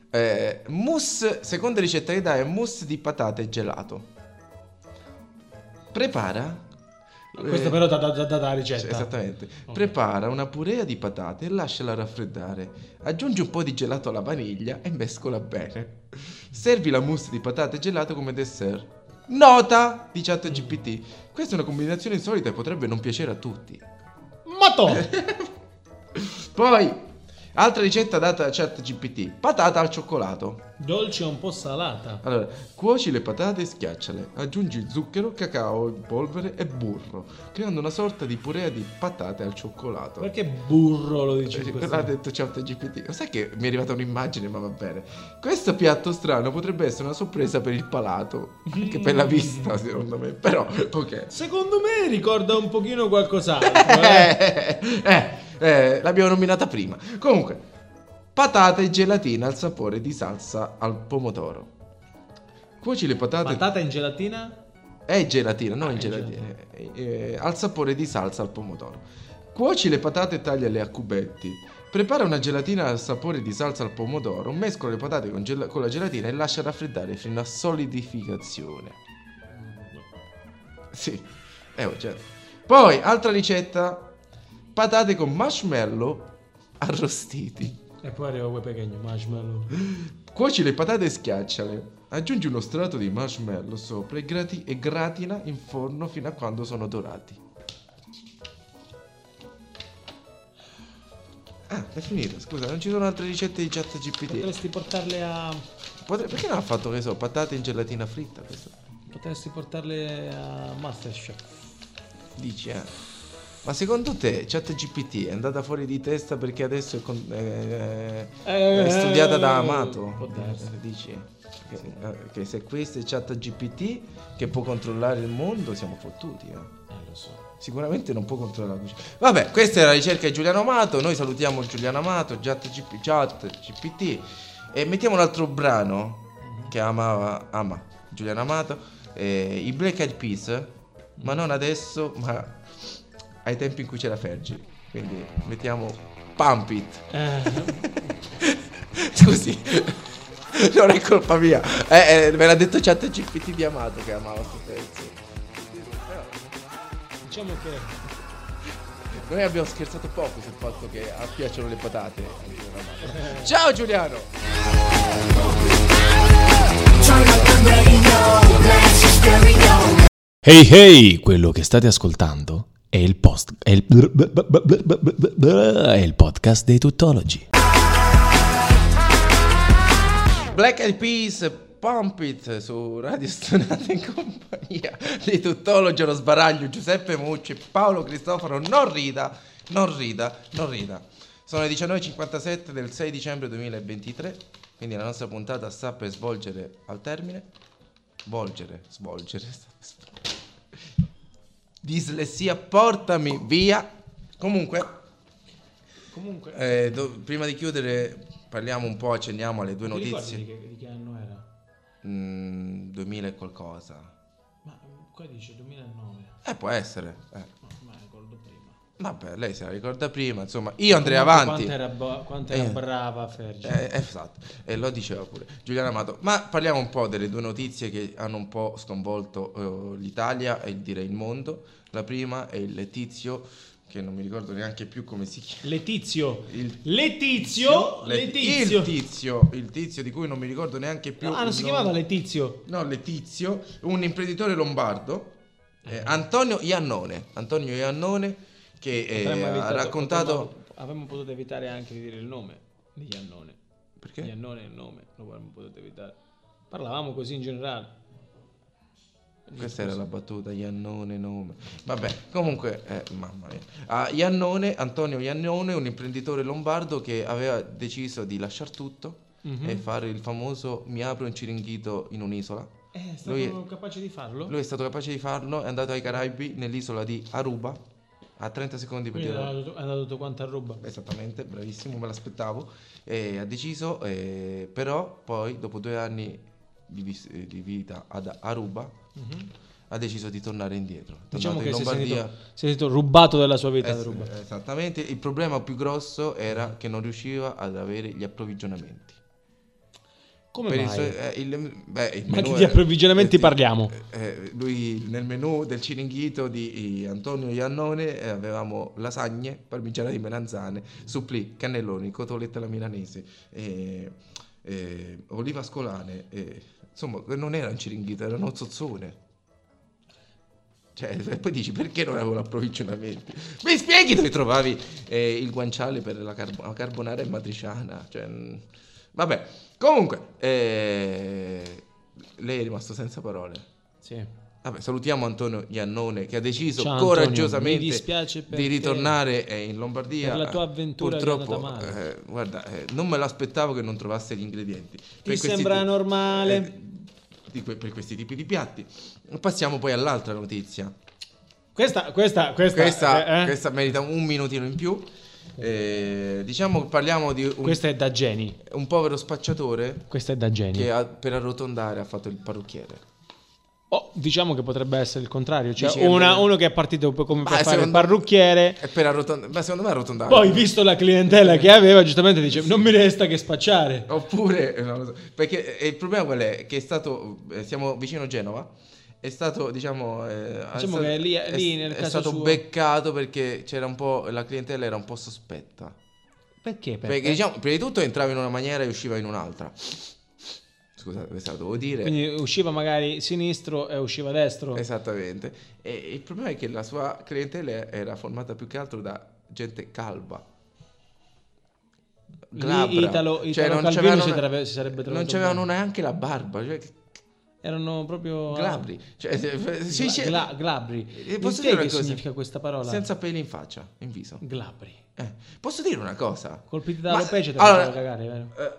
[SPEAKER 2] Eh, mousse, seconda ricetta che dà è mousse di patate e gelato. Prepara.
[SPEAKER 3] Questo
[SPEAKER 2] eh,
[SPEAKER 3] però da, da, da, da- da
[SPEAKER 2] cioè,
[SPEAKER 3] ricetta.
[SPEAKER 2] Esattamente. Prepara una purea di patate e lasciala raffreddare. Aggiungi un po' di gelato alla vaniglia e mescola bene. Servi la mousse di patate e gelato come dessert. Nota di ChatGPT. Questa è una combinazione insolita e potrebbe non piacere a tutti.
[SPEAKER 3] Ma to!
[SPEAKER 2] Eh. Poi, altra ricetta data da ChatGPT. Patata al cioccolato.
[SPEAKER 3] Dolce un po' salata.
[SPEAKER 2] Allora, cuoci le patate e schiacciale. Aggiungi zucchero, cacao in polvere e burro, creando una sorta di purea di patate al cioccolato.
[SPEAKER 3] Perché burro lo dici in
[SPEAKER 2] Eh,
[SPEAKER 3] questo
[SPEAKER 2] L'ha detto ChatGPT. Sai che mi è arrivata un'immagine, ma va bene. Questo piatto strano potrebbe essere una sorpresa per il palato, anche per la vista, secondo me. Però, ok.
[SPEAKER 3] Secondo me ricorda un pochino qualcos'altro. eh.
[SPEAKER 2] Eh, eh, eh, l'abbiamo nominata prima. Comunque, patate e gelatina al sapore di salsa al pomodoro. Cuoci le patate
[SPEAKER 3] Patata in gelatina?
[SPEAKER 2] È gelatina, non
[SPEAKER 3] Ah,
[SPEAKER 2] in
[SPEAKER 3] è
[SPEAKER 2] gelatina. Eh, eh, al sapore di salsa al pomodoro. Cuoci le patate e tagliale a cubetti. Prepara una gelatina al sapore di salsa al pomodoro, mescola le patate con, gel- con la gelatina e lascia raffreddare fino a solidificazione. Sì, eh, oh, certo. Poi, altra ricetta, patate con marshmallow arrostiti.
[SPEAKER 3] E poi arriva quel pechegno, marshmallow.
[SPEAKER 2] Cuoci le patate e schiacciale. Aggiungi uno strato di marshmallow sopra e, grati- e gratina in forno fino a quando sono dorati. Ah, è finita. Scusa, non ci sono altre ricette di chat GPT.
[SPEAKER 3] Potresti portarle a...
[SPEAKER 2] perché non ha fatto, che so, patate in gelatina fritta? Questo?
[SPEAKER 3] Potresti portarle a Masterchef.
[SPEAKER 2] Dici, eh. Ma secondo te chat GPT è andata fuori di testa perché adesso è, con- eh,
[SPEAKER 3] Eh,
[SPEAKER 2] è studiata da Amato?
[SPEAKER 3] può darsi.
[SPEAKER 2] Eh, Dici? Che, eh, che se questo è chat GPT che può controllare il mondo siamo fottuti, eh.
[SPEAKER 3] Eh, lo so.
[SPEAKER 2] Sicuramente non può controllare la cucina. Vabbè, questa è la ricerca di Giuliano Amato. Noi salutiamo Giuliano Amato, chat GP, chat GPT. E mettiamo un altro brano che amava, ama Giuliano Amato. eh, I Black Eyed Peas. Ma non adesso, ma ai tempi in cui c'era Fergie. Quindi mettiamo Pump It. Scusi. Non è colpa mia. Eh, eh, me l'ha detto chat GPT di Amato che amava questo pezzo.
[SPEAKER 3] Diciamo che...
[SPEAKER 2] Noi abbiamo scherzato poco sul fatto che a piacciono le patate. Ciao Giuliano!
[SPEAKER 1] Hey hey, quello che state ascoltando è il post è il, è il podcast dei tuttologi.
[SPEAKER 2] Black Eyed Peas Pump It su Radio Stonata in compagnia di tuttologio lo sbaraglio Giuseppe Mucci, Paolo Cristoforo, non rida, non rida, non rida. Sono le 19.57 del 6 dicembre 2023, quindi la nostra puntata sta per svolgere al termine. Volgere, svolgere. sta per svolgere. dislessia, portami via. Comunque,
[SPEAKER 6] Comunque,
[SPEAKER 2] eh, do- prima di chiudere, parliamo un po', accenniamo alle due
[SPEAKER 6] ti ricordi
[SPEAKER 2] notizie.
[SPEAKER 6] di che, di che anno era?
[SPEAKER 2] Mm, 2000 e qualcosa.
[SPEAKER 6] Ma eh, qua dice 2009,
[SPEAKER 2] Eh, può essere. eh.
[SPEAKER 6] ma ormai ricordo prima.
[SPEAKER 2] Vabbè, lei se la ricorda prima, insomma. Io andrei
[SPEAKER 3] Comunque,
[SPEAKER 2] avanti.
[SPEAKER 3] Quanto era, bo- quanto era
[SPEAKER 2] Eh.
[SPEAKER 3] brava Fergie.
[SPEAKER 2] Eh, esatto, e lo diceva pure Giuliano Amato. Ma parliamo un po' delle due notizie che hanno un po' sconvolto eh, l'Italia e direi il mondo. La prima è il tizio, che non mi ricordo neanche più come si chiama.
[SPEAKER 3] Letizio.
[SPEAKER 2] Il
[SPEAKER 3] Letizio.
[SPEAKER 2] Le-
[SPEAKER 3] Letizio.
[SPEAKER 2] Il tizio, il tizio di cui non mi ricordo neanche più.
[SPEAKER 3] No, ah, non si
[SPEAKER 2] il
[SPEAKER 3] chiamava
[SPEAKER 2] nome.
[SPEAKER 3] Letizio.
[SPEAKER 2] No, Letizio, un imprenditore lombardo,
[SPEAKER 3] Mm-hmm.
[SPEAKER 2] eh, Antonio Iannone. Antonio Iannone che eh,
[SPEAKER 3] Potremmo
[SPEAKER 2] ha
[SPEAKER 3] evitare-
[SPEAKER 2] raccontato...
[SPEAKER 3] potremmo- avremmo potuto evitare anche di dire il nome di Iannone.
[SPEAKER 2] Perché?
[SPEAKER 3] Iannone è il nome, lo avremmo potuto evitare. Parlavamo così in generale.
[SPEAKER 2] Questa era la battuta, Iannone nome. Vabbè, comunque, eh, mamma mia. Ah, Iannone, Antonio Iannone, un imprenditore lombardo che aveva deciso di lasciar tutto
[SPEAKER 3] Mhm.
[SPEAKER 2] e fare il famoso mi apro un ciringhito in un'isola.
[SPEAKER 3] Eh, è stato
[SPEAKER 2] Lui-
[SPEAKER 3] capace di farlo?
[SPEAKER 2] Lui è stato capace di farlo, è andato ai Caraibi nell'isola di Aruba a 30 secondi per
[SPEAKER 3] Quindi è
[SPEAKER 2] tirare.
[SPEAKER 3] andato, è andato tutto quanto a ruba.
[SPEAKER 2] Esattamente, bravissimo, me l'aspettavo. E ha deciso, eh, però poi dopo due anni di, vis- eh, di vita ad Aruba, ha deciso di tornare indietro.
[SPEAKER 3] Mm-hmm.
[SPEAKER 2] È
[SPEAKER 3] Diciamo
[SPEAKER 2] tornato
[SPEAKER 3] che
[SPEAKER 2] in
[SPEAKER 3] si è,
[SPEAKER 2] Lombardia. Eh,
[SPEAKER 3] sentito, si è sentito rubato della sua vita.
[SPEAKER 2] Es-
[SPEAKER 3] ruba.
[SPEAKER 2] esattamente, il problema più grosso era che non riusciva ad avere gli approvvigionamenti.
[SPEAKER 3] Come
[SPEAKER 2] Per il
[SPEAKER 3] mai?
[SPEAKER 2] suo- eh, il- beh, il
[SPEAKER 3] Ma
[SPEAKER 2] menù
[SPEAKER 3] di
[SPEAKER 2] era-
[SPEAKER 3] approvvigionamenti
[SPEAKER 2] eh, sì,
[SPEAKER 3] parliamo?
[SPEAKER 2] eh, lui nel menù del Ciringhito di eh, Antonio Iannone eh, avevamo lasagne, parmigiana di melanzane, supplì, cannelloni, cotoletta alla milanese, eh, eh, oliva scolane. eh, insomma, non era un Ciringhito, era uno zozzone. Cioè, e poi dici perché non avevo l'approvvigionamento? Mi spieghi dove trovavi eh, il guanciale per la, carbo- la carbonara e matriciana? Cioè, mm, vabbè, comunque, eh, lei è rimasto senza parole.
[SPEAKER 3] Sì.
[SPEAKER 2] Vabbè, salutiamo Antonio Iannone che ha deciso
[SPEAKER 3] Ciao, Antonio, mi dispiace
[SPEAKER 2] coraggiosamente di
[SPEAKER 3] perché-
[SPEAKER 2] ritornare eh, in Lombardia.
[SPEAKER 3] per la tua avventura che è
[SPEAKER 2] Purtroppo,
[SPEAKER 3] andata male.
[SPEAKER 2] eh, guarda, eh, non me l'aspettavo che non trovasse gli ingredienti. Ti
[SPEAKER 3] sembra normale?
[SPEAKER 2] per questi tipi di piatti. Passiamo poi all'altra notizia.
[SPEAKER 3] Questa, questa, questa,
[SPEAKER 2] Questa,
[SPEAKER 3] eh, eh,
[SPEAKER 2] questa merita un minutino in più. Eh, diciamo che parliamo di un,
[SPEAKER 3] questa è da geni.
[SPEAKER 2] un povero spacciatore
[SPEAKER 3] Questa è da geni.
[SPEAKER 2] che ha- per arrotondare ha fatto il parrucchiere.
[SPEAKER 3] Oh, diciamo che potrebbe essere il contrario. Cioè,
[SPEAKER 2] Dici che
[SPEAKER 3] una-
[SPEAKER 2] non-
[SPEAKER 3] uno che è partito per- come
[SPEAKER 2] Ma
[SPEAKER 3] per fare il
[SPEAKER 2] Ah, secondo-
[SPEAKER 3] parrucchiere.
[SPEAKER 2] È per arrotondare, ma secondo me arrotondare.
[SPEAKER 3] Poi, visto la clientela che aveva, giustamente dice: Non mi resta che spacciare.
[SPEAKER 2] Oppure, eh, non lo so, perché eh, il problema qual è? Che è stato, eh, siamo vicino Genova, è stato, diciamo, eh, è
[SPEAKER 3] Diciamo
[SPEAKER 2] sta-
[SPEAKER 3] che lì-
[SPEAKER 2] è,
[SPEAKER 3] lì nel
[SPEAKER 2] è
[SPEAKER 3] caso
[SPEAKER 2] stato
[SPEAKER 3] suo-
[SPEAKER 2] beccato perché c'era un po', la clientela era un po' sospetta.
[SPEAKER 3] Perché?
[SPEAKER 2] Perché, diciamo, prima di tutto entrava in una maniera e usciva in un'altra. Scusate, questo lo devo dire.
[SPEAKER 3] Quindi usciva magari sinistro e usciva destro.
[SPEAKER 2] Esatto. Esattamente. E il problema è che la sua clientela era formata più che altro da gente calva.
[SPEAKER 3] Lì
[SPEAKER 2] Glabra.
[SPEAKER 3] Italo-
[SPEAKER 2] cioè,
[SPEAKER 3] Italo
[SPEAKER 2] non
[SPEAKER 3] Calvino
[SPEAKER 2] c'avevano
[SPEAKER 3] si
[SPEAKER 2] ne-
[SPEAKER 3] trave- si sarebbe
[SPEAKER 2] Non
[SPEAKER 3] trovato
[SPEAKER 2] c'avevano
[SPEAKER 3] bene.
[SPEAKER 2] neanche la barba, cioè che-
[SPEAKER 3] Erano proprio. ah,
[SPEAKER 2] glabri. Cioè, se- se-
[SPEAKER 3] Gla-
[SPEAKER 2] se-
[SPEAKER 3] gla- glabri.
[SPEAKER 2] Eh,
[SPEAKER 3] Mi
[SPEAKER 2] Posso
[SPEAKER 3] spieghi
[SPEAKER 2] dire una
[SPEAKER 3] che
[SPEAKER 2] cosa?
[SPEAKER 3] significa questa parola?
[SPEAKER 2] Senza peli in faccia, in viso.
[SPEAKER 3] Glabri.
[SPEAKER 2] Eh, Posso dire una cosa?
[SPEAKER 3] Colpiti da
[SPEAKER 2] Ma-
[SPEAKER 3] alopecia ti
[SPEAKER 2] allora-
[SPEAKER 3] facevano cagare, vero?
[SPEAKER 2] Eh,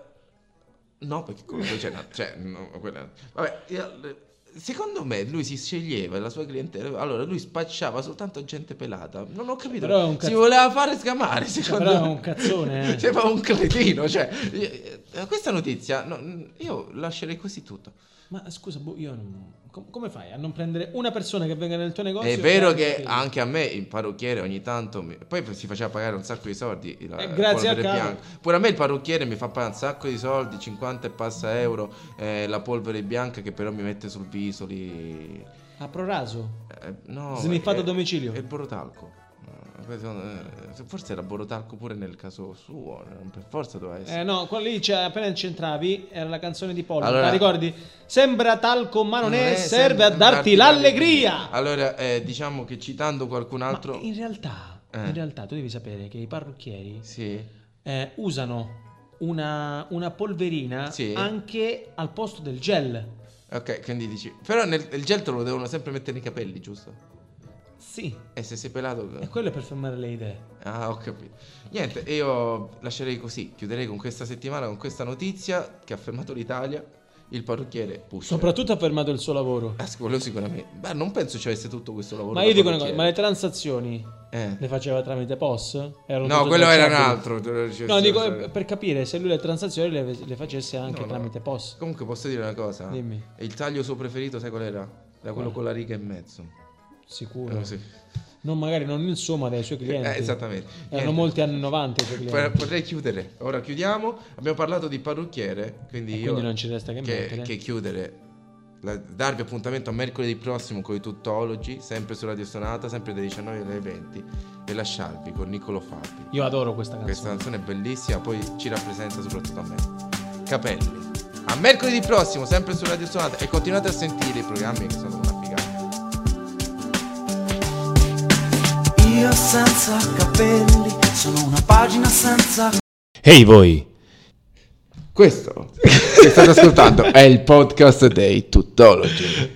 [SPEAKER 2] no, perché quello che c'è, no, cioè, no, quella- vabbè, io- eh, secondo me lui si sceglieva la sua clientela, allora lui spacciava soltanto gente pelata, non ho capito,
[SPEAKER 3] Però è un cazzo-
[SPEAKER 2] si voleva fare scamare, secondo
[SPEAKER 3] però è
[SPEAKER 2] me.
[SPEAKER 3] un cazzone, eh.
[SPEAKER 2] Sembra un cretino, cioè, eh, eh, questa notizia, no, io lascerei così tutto.
[SPEAKER 3] Ma scusa, boh, io non- com- come fai a non prendere una persona che venga nel tuo negozio?
[SPEAKER 2] È
[SPEAKER 3] e
[SPEAKER 2] vero
[SPEAKER 3] fare-
[SPEAKER 2] che anche a me il parrucchiere ogni tanto mi- poi si faceva pagare un sacco di soldi la
[SPEAKER 3] Eh, grazie
[SPEAKER 2] polvere
[SPEAKER 3] al cavolo.
[SPEAKER 2] bianca. Pure a me il parrucchiere mi fa pagare un sacco di soldi, 50 e passa euro eh, la polvere bianca che però mi mette sul viso lì
[SPEAKER 3] A proraso.
[SPEAKER 2] eh, no,
[SPEAKER 3] Sniffato
[SPEAKER 2] è-
[SPEAKER 3] a domicilio.
[SPEAKER 2] È il borotalco. Eh, questo, eh, Forse era borotalco pure nel caso suo, non per forza doveva essere.
[SPEAKER 3] Eh no, quello lì c'è, appena c'entravi era la canzone di Pollo.
[SPEAKER 2] Allora- Eh,
[SPEAKER 3] la ricordi? Sembra talco, ma non,
[SPEAKER 2] Non
[SPEAKER 3] è,
[SPEAKER 2] è,
[SPEAKER 3] serve a
[SPEAKER 2] sem-
[SPEAKER 3] darti l'allegria.
[SPEAKER 2] Allora, eh, diciamo che citando qualcun
[SPEAKER 3] Ma
[SPEAKER 2] altro
[SPEAKER 3] in realtà,
[SPEAKER 2] Eh.
[SPEAKER 3] in realtà tu devi sapere che i parrucchieri
[SPEAKER 2] sì.
[SPEAKER 3] eh, usano una, una polverina
[SPEAKER 2] Sì.
[SPEAKER 3] anche al posto del gel.
[SPEAKER 2] Ok, quindi dici. Però nel, il gel te lo devono sempre mettere nei capelli, giusto?
[SPEAKER 3] Sì,
[SPEAKER 2] E se sei pelato.
[SPEAKER 3] e quello è per fermare le idee.
[SPEAKER 2] Ah, ho capito. Niente, io lascerei così. Chiuderei con questa settimana, con questa notizia che ha fermato l'Italia. il parrucchiere Pusher.
[SPEAKER 3] Soprattutto ha fermato il suo lavoro.
[SPEAKER 2] Ah, sì, quello sicuramente. Beh, non penso ci avesse tutto questo lavoro.
[SPEAKER 3] Ma io
[SPEAKER 2] da
[SPEAKER 3] dico una cosa, ma
[SPEAKER 2] parrucchiere.
[SPEAKER 3] le transazioni
[SPEAKER 2] Eh.
[SPEAKER 3] le faceva tramite POS? Erano
[SPEAKER 2] No,
[SPEAKER 3] tutte
[SPEAKER 2] quello era un
[SPEAKER 3] tracciabili?
[SPEAKER 2] altro.
[SPEAKER 3] certo. No, dico eh, per capire se lui le transazioni le, le facesse anche
[SPEAKER 2] No, no.
[SPEAKER 3] tramite POS.
[SPEAKER 2] Comunque posso dire una cosa.
[SPEAKER 3] Dimmi.
[SPEAKER 2] Il taglio suo preferito, sai qual era? Era quello
[SPEAKER 3] Quale?
[SPEAKER 2] con la riga in mezzo.
[SPEAKER 3] Sicuro.
[SPEAKER 2] Eh, sì.
[SPEAKER 3] Non magari non il suo, ma dai suoi clienti.
[SPEAKER 2] Eh, esattamente.
[SPEAKER 3] Erano
[SPEAKER 2] Niente.
[SPEAKER 3] molti anni 90 i suoi
[SPEAKER 2] Per-
[SPEAKER 3] clienti.
[SPEAKER 2] Potrei chiudere. Ora chiudiamo. Abbiamo parlato di parrucchiere, quindi
[SPEAKER 3] E
[SPEAKER 2] io
[SPEAKER 3] quindi non ci resta che mettere.
[SPEAKER 2] che chiudere. La- darvi appuntamento a mercoledì prossimo con i tuttologi, sempre su Radio Sonata, sempre dalle 19 alle 20 e lasciarvi con Niccolo Fabi.
[SPEAKER 3] Io adoro questa canzone.
[SPEAKER 2] Questa canzone è bellissima, poi ci rappresenta soprattutto a me. Capelli. A mercoledì prossimo, sempre su Radio Sonata e continuate a sentire i programmi che sono una figata.
[SPEAKER 4] Io senza capelli sono una pagina senza
[SPEAKER 1] Ehi voi!
[SPEAKER 2] Questo che state ascoltando è il podcast dei tuttologi.